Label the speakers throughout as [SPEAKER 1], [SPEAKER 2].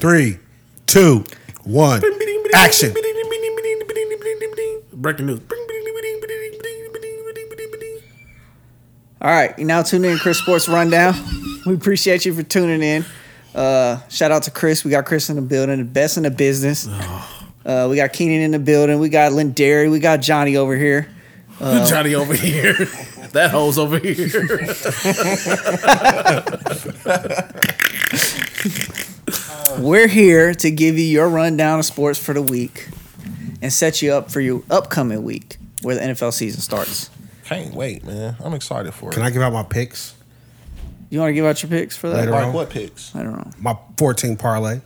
[SPEAKER 1] Three, two, one. Action.
[SPEAKER 2] Breaking news.
[SPEAKER 3] All right, you now tune in to Chris Sports Rundown. We appreciate you for tuning in. Uh, shout out to Chris. We got Chris in the building, the best in the business. Uh, we got Keenan in the building. We got Lindari. We got Johnny over here. Uh,
[SPEAKER 2] Johnny over here. That hoe's over here.
[SPEAKER 3] We're here to give you your rundown of sports for the week and set you up for your upcoming week where the NFL season starts.
[SPEAKER 4] Can't wait, man. I'm excited for it.
[SPEAKER 1] Can I give out my picks?
[SPEAKER 3] You want to give out your picks for that?
[SPEAKER 1] Later.
[SPEAKER 4] like what picks?
[SPEAKER 3] I don't know.
[SPEAKER 1] My 14 parlay.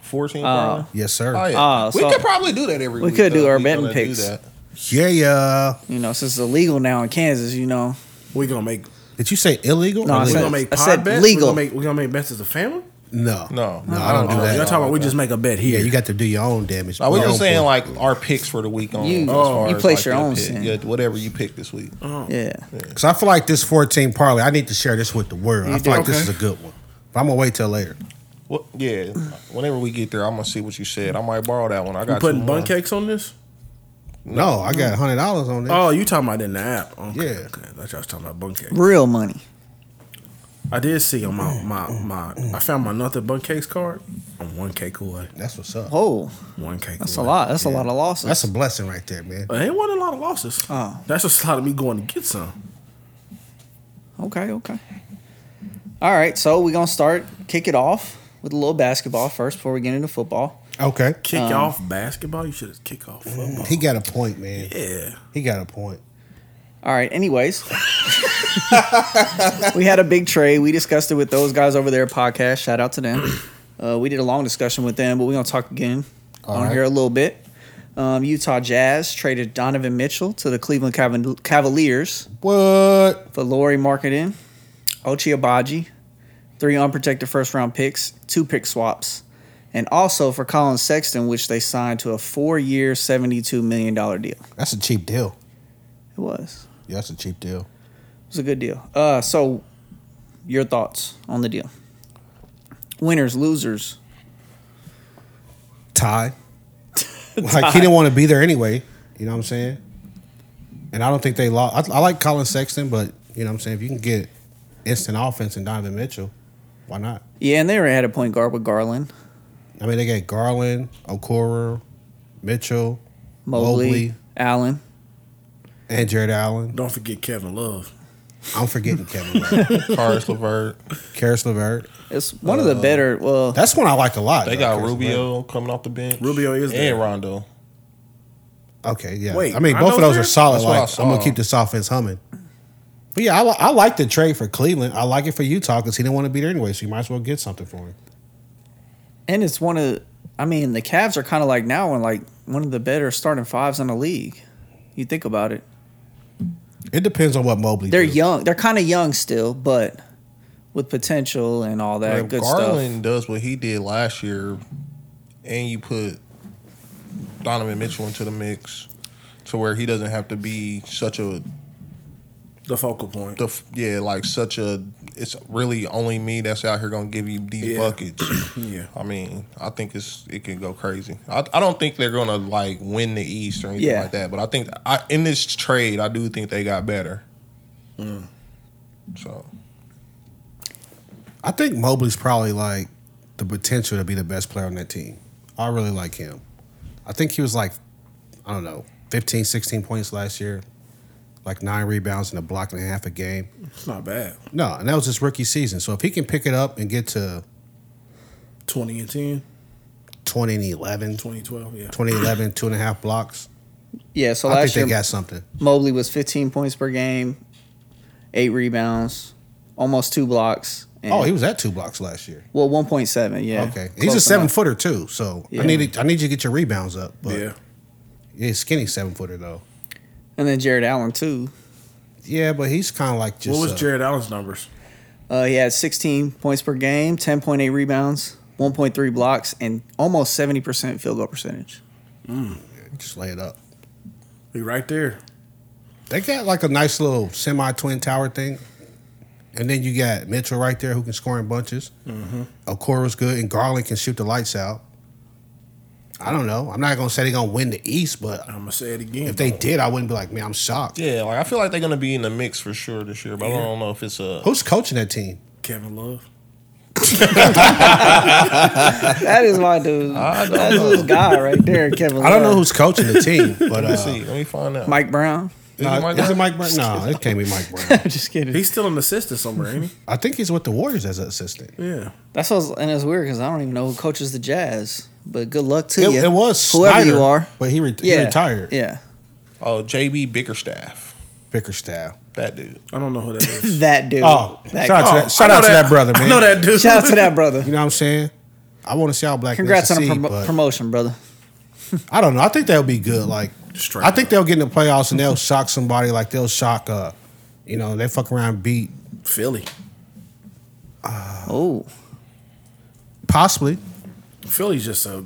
[SPEAKER 4] 14 probably?
[SPEAKER 1] Yes, sir.
[SPEAKER 4] Oh, yeah.
[SPEAKER 3] Oh,
[SPEAKER 4] we
[SPEAKER 3] Uh, so-
[SPEAKER 4] could probably do that every
[SPEAKER 3] We
[SPEAKER 4] week.
[SPEAKER 3] could do
[SPEAKER 4] though,
[SPEAKER 3] our
[SPEAKER 4] if we
[SPEAKER 3] betting
[SPEAKER 4] gonna do
[SPEAKER 3] picks.
[SPEAKER 4] that.
[SPEAKER 1] Yeah, yeah.
[SPEAKER 3] You know, since it's illegal now in Kansas, you know.
[SPEAKER 2] We gonna make.
[SPEAKER 1] Did you say illegal?
[SPEAKER 3] No,
[SPEAKER 1] or
[SPEAKER 3] I
[SPEAKER 2] We
[SPEAKER 3] said-
[SPEAKER 1] legal?
[SPEAKER 2] gonna make
[SPEAKER 3] I
[SPEAKER 2] pod
[SPEAKER 3] said
[SPEAKER 2] bets. We
[SPEAKER 3] legal.
[SPEAKER 2] gonna make. We gonna make bets as a family.
[SPEAKER 1] no.
[SPEAKER 4] No.
[SPEAKER 1] No, I don't do
[SPEAKER 2] Oh,
[SPEAKER 1] that.
[SPEAKER 2] y'all talking about we just make a bet here.
[SPEAKER 1] Yeah, you got to do your own damage.
[SPEAKER 4] I was
[SPEAKER 1] Your
[SPEAKER 4] just
[SPEAKER 1] own
[SPEAKER 4] saying,
[SPEAKER 1] pool.
[SPEAKER 4] like, our picks for the week on.
[SPEAKER 3] You-
[SPEAKER 4] as
[SPEAKER 3] you
[SPEAKER 4] far as,
[SPEAKER 3] place
[SPEAKER 4] like,
[SPEAKER 3] your own
[SPEAKER 4] pick.
[SPEAKER 3] sin.
[SPEAKER 4] Yeah, whatever you pick this week.
[SPEAKER 2] Uh-huh.
[SPEAKER 3] Yeah.
[SPEAKER 1] Cause I feel like this 14 parlay, I need to share this with the world. I feel like this
[SPEAKER 2] Okay.
[SPEAKER 1] is a good one. But I'm gonna wait till later.
[SPEAKER 4] What? Yeah. Whenever we get there, I'm going to see what you said. I might borrow that one. I got
[SPEAKER 2] You putting
[SPEAKER 3] uh,
[SPEAKER 4] two
[SPEAKER 2] bun
[SPEAKER 4] more.
[SPEAKER 2] cakes on this?
[SPEAKER 1] No, I got hundred dollars on this.
[SPEAKER 2] Oh, you talking about in the app? Okay,
[SPEAKER 1] Yeah.
[SPEAKER 2] Okay. That's y'all talking about bun cakes.
[SPEAKER 3] Real money.
[SPEAKER 2] I did see on my my my. I found my nothing bun cakes card. I'm one cake away.
[SPEAKER 1] That's what's up.
[SPEAKER 3] Oh,
[SPEAKER 2] One cake.
[SPEAKER 3] that's a
[SPEAKER 2] away.
[SPEAKER 3] lot. That's a lot of losses.
[SPEAKER 1] That's a blessing right there, man.
[SPEAKER 2] It ain't wasn't a lot of losses.
[SPEAKER 3] Oh.
[SPEAKER 2] That's just a lot of me going to get some.
[SPEAKER 3] Okay, okay. All right, so we're gonna start kick it off with a little basketball first before we get into football.
[SPEAKER 1] Okay.
[SPEAKER 2] Kick off basketball. You should have kick off football.
[SPEAKER 1] He got a point, man.
[SPEAKER 2] Yeah.
[SPEAKER 1] He got a point.
[SPEAKER 3] All right, anyways. we had a big trade. We discussed it with those guys over there podcast. Shout out to them. Uh, we did a long discussion with them, but we're gonna talk again on
[SPEAKER 1] right.
[SPEAKER 3] here a little bit. Um, Utah Jazz traded Donovan Mitchell to the Cleveland Caval- Cavaliers
[SPEAKER 1] What?
[SPEAKER 3] for Lori Marketing, Ochi Abaji, three unprotected first round picks, two pick swaps, and also for Colin Sexton, which they signed to a four year, $72 million deal.
[SPEAKER 1] That's a cheap deal.
[SPEAKER 3] It was.
[SPEAKER 1] Yeah, that's a cheap deal.
[SPEAKER 3] It was a good deal. Uh, so, your thoughts on the deal? Winners, losers.
[SPEAKER 1] Tie. Like he didn't want to be there anyway. You know what I'm saying? And I don't think they lost. I, I like Colin Sexton, but you know what I'm saying? If you can get instant offense in Donovan Mitchell, why not?
[SPEAKER 3] Yeah, and they already had a point guard with Garland,
[SPEAKER 1] I mean, they got Garland, Okoro, Mitchell,
[SPEAKER 3] Mobley,
[SPEAKER 1] Mobley.
[SPEAKER 3] Allen.
[SPEAKER 1] and Jared Allen.
[SPEAKER 2] Don't forget Kevin Love.
[SPEAKER 1] I'm forgetting Kevin Love,
[SPEAKER 4] Caris LeVert.
[SPEAKER 1] Karis LeVert.
[SPEAKER 3] It's one of the better. Well,
[SPEAKER 1] That's one I like a lot.
[SPEAKER 4] They
[SPEAKER 1] though,
[SPEAKER 4] got
[SPEAKER 1] Karis LeVert.
[SPEAKER 4] Rubio coming off the bench.
[SPEAKER 2] Rubio is
[SPEAKER 4] And
[SPEAKER 2] there.
[SPEAKER 4] Rondo.
[SPEAKER 1] Okay, yeah.
[SPEAKER 2] Wait,
[SPEAKER 1] I mean,
[SPEAKER 2] I
[SPEAKER 1] both
[SPEAKER 2] know
[SPEAKER 1] of those are
[SPEAKER 2] there?
[SPEAKER 1] solid.
[SPEAKER 4] That's what I
[SPEAKER 1] Like, I'm gonna
[SPEAKER 4] saw.
[SPEAKER 1] keep this offense humming. But yeah, I, li- I like the trade for Cleveland. I like it for Utah because he didn't want to be there anyway, so you might as well get something for him.
[SPEAKER 3] and it's one of. I mean, the Cavs are kind of like now and like one of the better starting fives in the league. You think about it.
[SPEAKER 1] It depends on what Mobley.
[SPEAKER 3] They're
[SPEAKER 1] do.
[SPEAKER 3] young. They're kind of young still, but with potential and all that
[SPEAKER 4] If
[SPEAKER 3] good
[SPEAKER 4] Garland
[SPEAKER 3] stuff.
[SPEAKER 4] does what he did last year, and you put Donovan Mitchell into the mix, to where he doesn't have to be such a
[SPEAKER 2] The focal point.
[SPEAKER 4] the yeah like such a it's really only me that's out here gonna give you these
[SPEAKER 2] Yeah.
[SPEAKER 4] buckets.
[SPEAKER 2] yeah.
[SPEAKER 4] I mean, I think it's it can go crazy. I, I don't think they're gonna like win the East or anything
[SPEAKER 3] Yeah.
[SPEAKER 4] like that. But I think I, in this trade, I do think they got better. Mm. So
[SPEAKER 1] I think Mobley's probably like the potential to be the best player on that team. I really like him. I think he was like, I don't know, 15, 16 points last year, like nine rebounds and a block and a half a game.
[SPEAKER 2] It's not bad.
[SPEAKER 1] No, and that was his rookie season. So if he can pick it up and get to
[SPEAKER 2] 20 and 10,
[SPEAKER 1] 20 and 11,
[SPEAKER 2] 2012. Yeah.
[SPEAKER 1] 2011, two and a half blocks,
[SPEAKER 3] Yeah, so
[SPEAKER 1] I think
[SPEAKER 3] last
[SPEAKER 1] they
[SPEAKER 3] year
[SPEAKER 1] got something.
[SPEAKER 3] Mobley was 15 points per game, eight rebounds, almost two blocks. And,
[SPEAKER 1] Oh, he was at two blocks last year.
[SPEAKER 3] well, 1.7. Yeah.
[SPEAKER 1] Okay,
[SPEAKER 3] Close
[SPEAKER 1] he's a
[SPEAKER 3] enough.
[SPEAKER 1] seven footer too. So
[SPEAKER 3] Yeah.
[SPEAKER 1] I need to, I need you to get your rebounds up. But
[SPEAKER 2] yeah.
[SPEAKER 1] he's skinny seven footer though.
[SPEAKER 3] And then Jared Allen too.
[SPEAKER 1] Yeah, but he's kind of like just
[SPEAKER 2] What was
[SPEAKER 1] uh,
[SPEAKER 2] Jared Allen's numbers?
[SPEAKER 3] Uh, he had 16 points per game, 10.8 rebounds, 1.3 blocks, and almost 70% field goal percentage.
[SPEAKER 1] just lay it up.
[SPEAKER 2] He right there.
[SPEAKER 1] They got like a nice little semi twin tower thing And then you got Mitchell right there who can score in bunches. Okora's good, and Garland can shoot the lights out. I don't know. I'm not gonna say they're gonna win the East, but
[SPEAKER 2] I'm gonna say it again.
[SPEAKER 1] if they did, I wouldn't be like, man, I'm shocked.
[SPEAKER 4] Yeah, like I feel like they're gonna be in the mix for sure this year, but I don't know if it's a.
[SPEAKER 1] Who's coaching that team?
[SPEAKER 2] Kevin Love,
[SPEAKER 3] That is my dude.
[SPEAKER 4] I don't
[SPEAKER 3] That's
[SPEAKER 4] know.
[SPEAKER 3] this guy right there, Kevin.
[SPEAKER 1] I don't know
[SPEAKER 3] Love.
[SPEAKER 1] who's coaching the team, but uh,
[SPEAKER 4] Let's see. Let me find out.
[SPEAKER 3] Mike Brown.
[SPEAKER 4] Is it Mike
[SPEAKER 1] is it
[SPEAKER 4] Brown?
[SPEAKER 1] Mike Brown? No, it can't be Mike Brown.
[SPEAKER 3] Just kidding.
[SPEAKER 2] he's still an assistant somewhere, ain't he?
[SPEAKER 1] I think he's with the Warriors as an assistant.
[SPEAKER 2] Yeah,
[SPEAKER 3] That's what's and it's weird because I don't even know who coaches the Jazz. But good luck to
[SPEAKER 1] It,
[SPEAKER 3] you.
[SPEAKER 1] it was
[SPEAKER 3] whoever
[SPEAKER 1] Snyder,
[SPEAKER 3] you are.
[SPEAKER 1] but he, re-
[SPEAKER 3] Yeah,
[SPEAKER 1] he retired.
[SPEAKER 3] Yeah,
[SPEAKER 4] Oh, JB Bickerstaff.
[SPEAKER 1] Bickerstaff.
[SPEAKER 4] That dude.
[SPEAKER 2] I don't know who that is.
[SPEAKER 3] that dude.
[SPEAKER 1] Oh,
[SPEAKER 3] that
[SPEAKER 1] shout out to
[SPEAKER 2] Oh,
[SPEAKER 3] guy.
[SPEAKER 1] that, shout
[SPEAKER 2] I know
[SPEAKER 1] out to that brother, man.
[SPEAKER 2] I know that dude.
[SPEAKER 3] Shout out to that brother.
[SPEAKER 1] You know what I'm saying? I want to see how black
[SPEAKER 3] Congrats on
[SPEAKER 1] men
[SPEAKER 3] a
[SPEAKER 1] succeed,
[SPEAKER 3] prom-
[SPEAKER 1] but
[SPEAKER 3] promotion, brother.
[SPEAKER 1] I don't know. I think that'll be good. Like,
[SPEAKER 2] Straight
[SPEAKER 1] I think
[SPEAKER 2] up.
[SPEAKER 1] they'll get in the playoffs and they'll shock somebody. Like they'll shock, uh, you know, they fuck around, and beat
[SPEAKER 2] Philly.
[SPEAKER 3] Oh,
[SPEAKER 1] possibly.
[SPEAKER 2] Philly's just a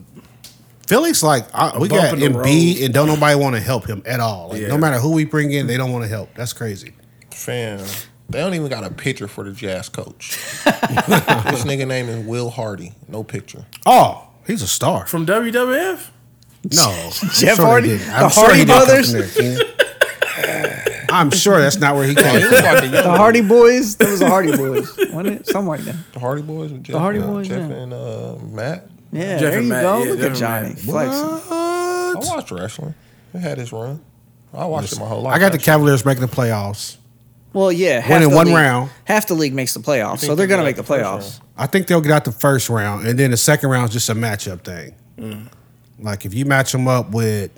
[SPEAKER 1] Philly's like I, we
[SPEAKER 2] bump
[SPEAKER 1] got
[SPEAKER 2] in the
[SPEAKER 1] Embiid
[SPEAKER 2] road.
[SPEAKER 1] and don't nobody want to help him at all. Like,
[SPEAKER 2] Yeah.
[SPEAKER 1] No matter who we bring in, they don't want to help. That's crazy.
[SPEAKER 4] Fam. They don't even got a picture for the Jazz coach. this nigga name is Will Hardy. No picture.
[SPEAKER 1] Oh, he's a star.
[SPEAKER 2] from WWF.
[SPEAKER 1] No, I'm sure he
[SPEAKER 3] Jeff Hardy?
[SPEAKER 1] didn't.
[SPEAKER 3] The
[SPEAKER 1] I'm sure
[SPEAKER 3] Hardy
[SPEAKER 1] he didn't come
[SPEAKER 3] brothers?
[SPEAKER 1] from there, Ken. I'm sure that's not where he
[SPEAKER 4] Oh,
[SPEAKER 1] came
[SPEAKER 4] he
[SPEAKER 1] from.
[SPEAKER 4] was like the, young
[SPEAKER 3] the Hardy Boys. That was the Hardy Boys, wasn't it? Something like that.
[SPEAKER 4] the Hardy Boys with Jeff,
[SPEAKER 3] Hardy
[SPEAKER 4] uh,
[SPEAKER 3] Boys,
[SPEAKER 4] Jeff
[SPEAKER 3] yeah.
[SPEAKER 4] and uh, Matt.
[SPEAKER 3] Yeah,
[SPEAKER 2] Jeff
[SPEAKER 3] there
[SPEAKER 2] and
[SPEAKER 3] you
[SPEAKER 2] Matt,
[SPEAKER 3] go.
[SPEAKER 2] yeah,
[SPEAKER 3] Look
[SPEAKER 2] Jeff
[SPEAKER 3] at
[SPEAKER 2] and
[SPEAKER 3] Johnny
[SPEAKER 2] Matt.
[SPEAKER 3] flexing.
[SPEAKER 4] I watched wrestling. It had its run. I watched it my whole life.
[SPEAKER 1] I got the
[SPEAKER 4] actually.
[SPEAKER 1] Cavaliers making the playoffs.
[SPEAKER 3] Well, yeah, half
[SPEAKER 1] Winning
[SPEAKER 3] the
[SPEAKER 1] one
[SPEAKER 3] league-
[SPEAKER 1] round.
[SPEAKER 3] Half the league makes the playoffs, so
[SPEAKER 4] think
[SPEAKER 3] they're
[SPEAKER 4] they
[SPEAKER 3] gonna
[SPEAKER 4] got
[SPEAKER 3] make the
[SPEAKER 4] the
[SPEAKER 3] playoffs.
[SPEAKER 4] first
[SPEAKER 1] I think they'll get out the first round, and then the second round's just a matchup thing.
[SPEAKER 3] Mm.
[SPEAKER 1] Like if you match them up with,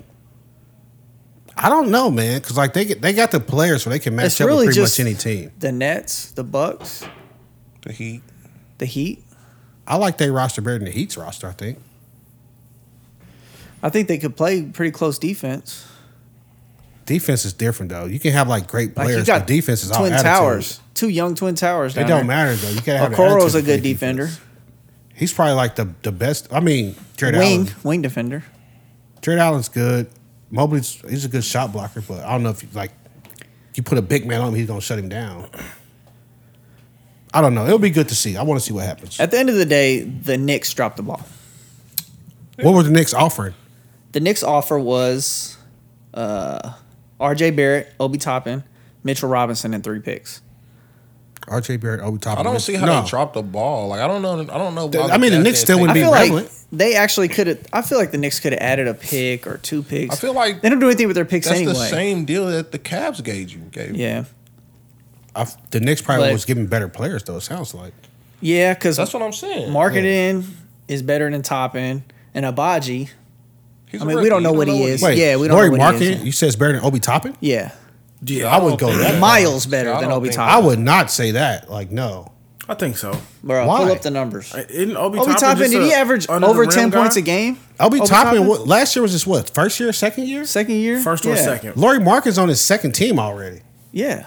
[SPEAKER 1] I don't know, man, because like they get, they got the players so they can match
[SPEAKER 3] It's
[SPEAKER 1] up
[SPEAKER 3] really
[SPEAKER 1] with pretty
[SPEAKER 3] just-
[SPEAKER 1] much any team.
[SPEAKER 3] The Nets, the Bucks,
[SPEAKER 4] the Heat.
[SPEAKER 3] the Heat.
[SPEAKER 1] I like their roster better than the Heat's roster. I think.
[SPEAKER 3] I think they could play pretty close defense.
[SPEAKER 1] Defense is different though. You can have like great
[SPEAKER 3] Like
[SPEAKER 1] players,
[SPEAKER 3] you got
[SPEAKER 1] but defense is all
[SPEAKER 3] twin
[SPEAKER 1] attitude.
[SPEAKER 3] towers, two young twin towers.
[SPEAKER 1] They
[SPEAKER 3] down
[SPEAKER 1] don't
[SPEAKER 3] there.
[SPEAKER 1] matter though. You gotta have an attitude
[SPEAKER 3] Okoro's a
[SPEAKER 1] to play
[SPEAKER 3] good defender,
[SPEAKER 1] defense. He's probably like the the best. I mean, Jared
[SPEAKER 3] wing
[SPEAKER 1] Allen.
[SPEAKER 3] wing defender.
[SPEAKER 1] Jared Allen's good. Mobley's he's a good shot blocker, but I don't know if you, like you put a big man on him, he's gonna shut him down. I don't know. It'll be good to see. I want to see what happens.
[SPEAKER 3] At the end of the day, the Knicks dropped the ball.
[SPEAKER 1] What were the Knicks offering?
[SPEAKER 3] The Knicks offer was uh, R.J. Barrett, Obi Toppin, Mitchell Robinson, and three picks.
[SPEAKER 1] RJ Barrett, Obi Toppin.
[SPEAKER 4] I don't see how
[SPEAKER 1] No.
[SPEAKER 4] they dropped the ball. Like I don't know. I don't know. why
[SPEAKER 1] I mean, the
[SPEAKER 4] Jazz
[SPEAKER 1] Knicks
[SPEAKER 4] didn't
[SPEAKER 1] still
[SPEAKER 4] take
[SPEAKER 1] wouldn't
[SPEAKER 3] I
[SPEAKER 1] be
[SPEAKER 3] feel like
[SPEAKER 1] prevalent.
[SPEAKER 3] they actually could have. I feel like the Knicks could have added a pick or two picks.
[SPEAKER 4] I feel like
[SPEAKER 3] they don't do anything with their picks
[SPEAKER 4] That's
[SPEAKER 3] anyway.
[SPEAKER 4] the same deal that the Cavs gave you. Gave you.
[SPEAKER 3] Yeah,
[SPEAKER 1] I f- the Knicks probably
[SPEAKER 3] But-
[SPEAKER 1] was giving better players though. It sounds like
[SPEAKER 3] yeah, because
[SPEAKER 4] That's what I'm saying.
[SPEAKER 3] marketing is better than Toppin and Abaji.
[SPEAKER 4] He's
[SPEAKER 3] I mean,
[SPEAKER 4] a
[SPEAKER 3] we
[SPEAKER 4] rookie.
[SPEAKER 3] don't know
[SPEAKER 4] You
[SPEAKER 3] what he is.
[SPEAKER 1] wait,
[SPEAKER 3] Yeah, we don't
[SPEAKER 1] Laurie
[SPEAKER 3] know what he is.
[SPEAKER 1] Marketing. You said it's better than Obi Toppin.
[SPEAKER 3] Yeah,
[SPEAKER 2] Yeah, Oh,
[SPEAKER 1] I wouldn't go
[SPEAKER 4] think-
[SPEAKER 1] that. far.
[SPEAKER 3] miles better
[SPEAKER 4] I
[SPEAKER 3] than
[SPEAKER 4] don't
[SPEAKER 3] Obi
[SPEAKER 4] think-
[SPEAKER 1] I
[SPEAKER 3] Toppin.
[SPEAKER 1] would not say that. Like no.
[SPEAKER 2] I think so.
[SPEAKER 3] Bro,
[SPEAKER 1] Why?
[SPEAKER 3] pull up the numbers.
[SPEAKER 2] Isn't Obi,
[SPEAKER 3] Obi Toppin, did he average over ten points a game?
[SPEAKER 1] Obi, Toppin,
[SPEAKER 3] Toppin?
[SPEAKER 1] what, last year was his what? First year, second year?
[SPEAKER 3] Second year,
[SPEAKER 2] First or
[SPEAKER 3] Yeah.
[SPEAKER 2] second?
[SPEAKER 1] Laurie Markins on his second team already.
[SPEAKER 3] Yeah,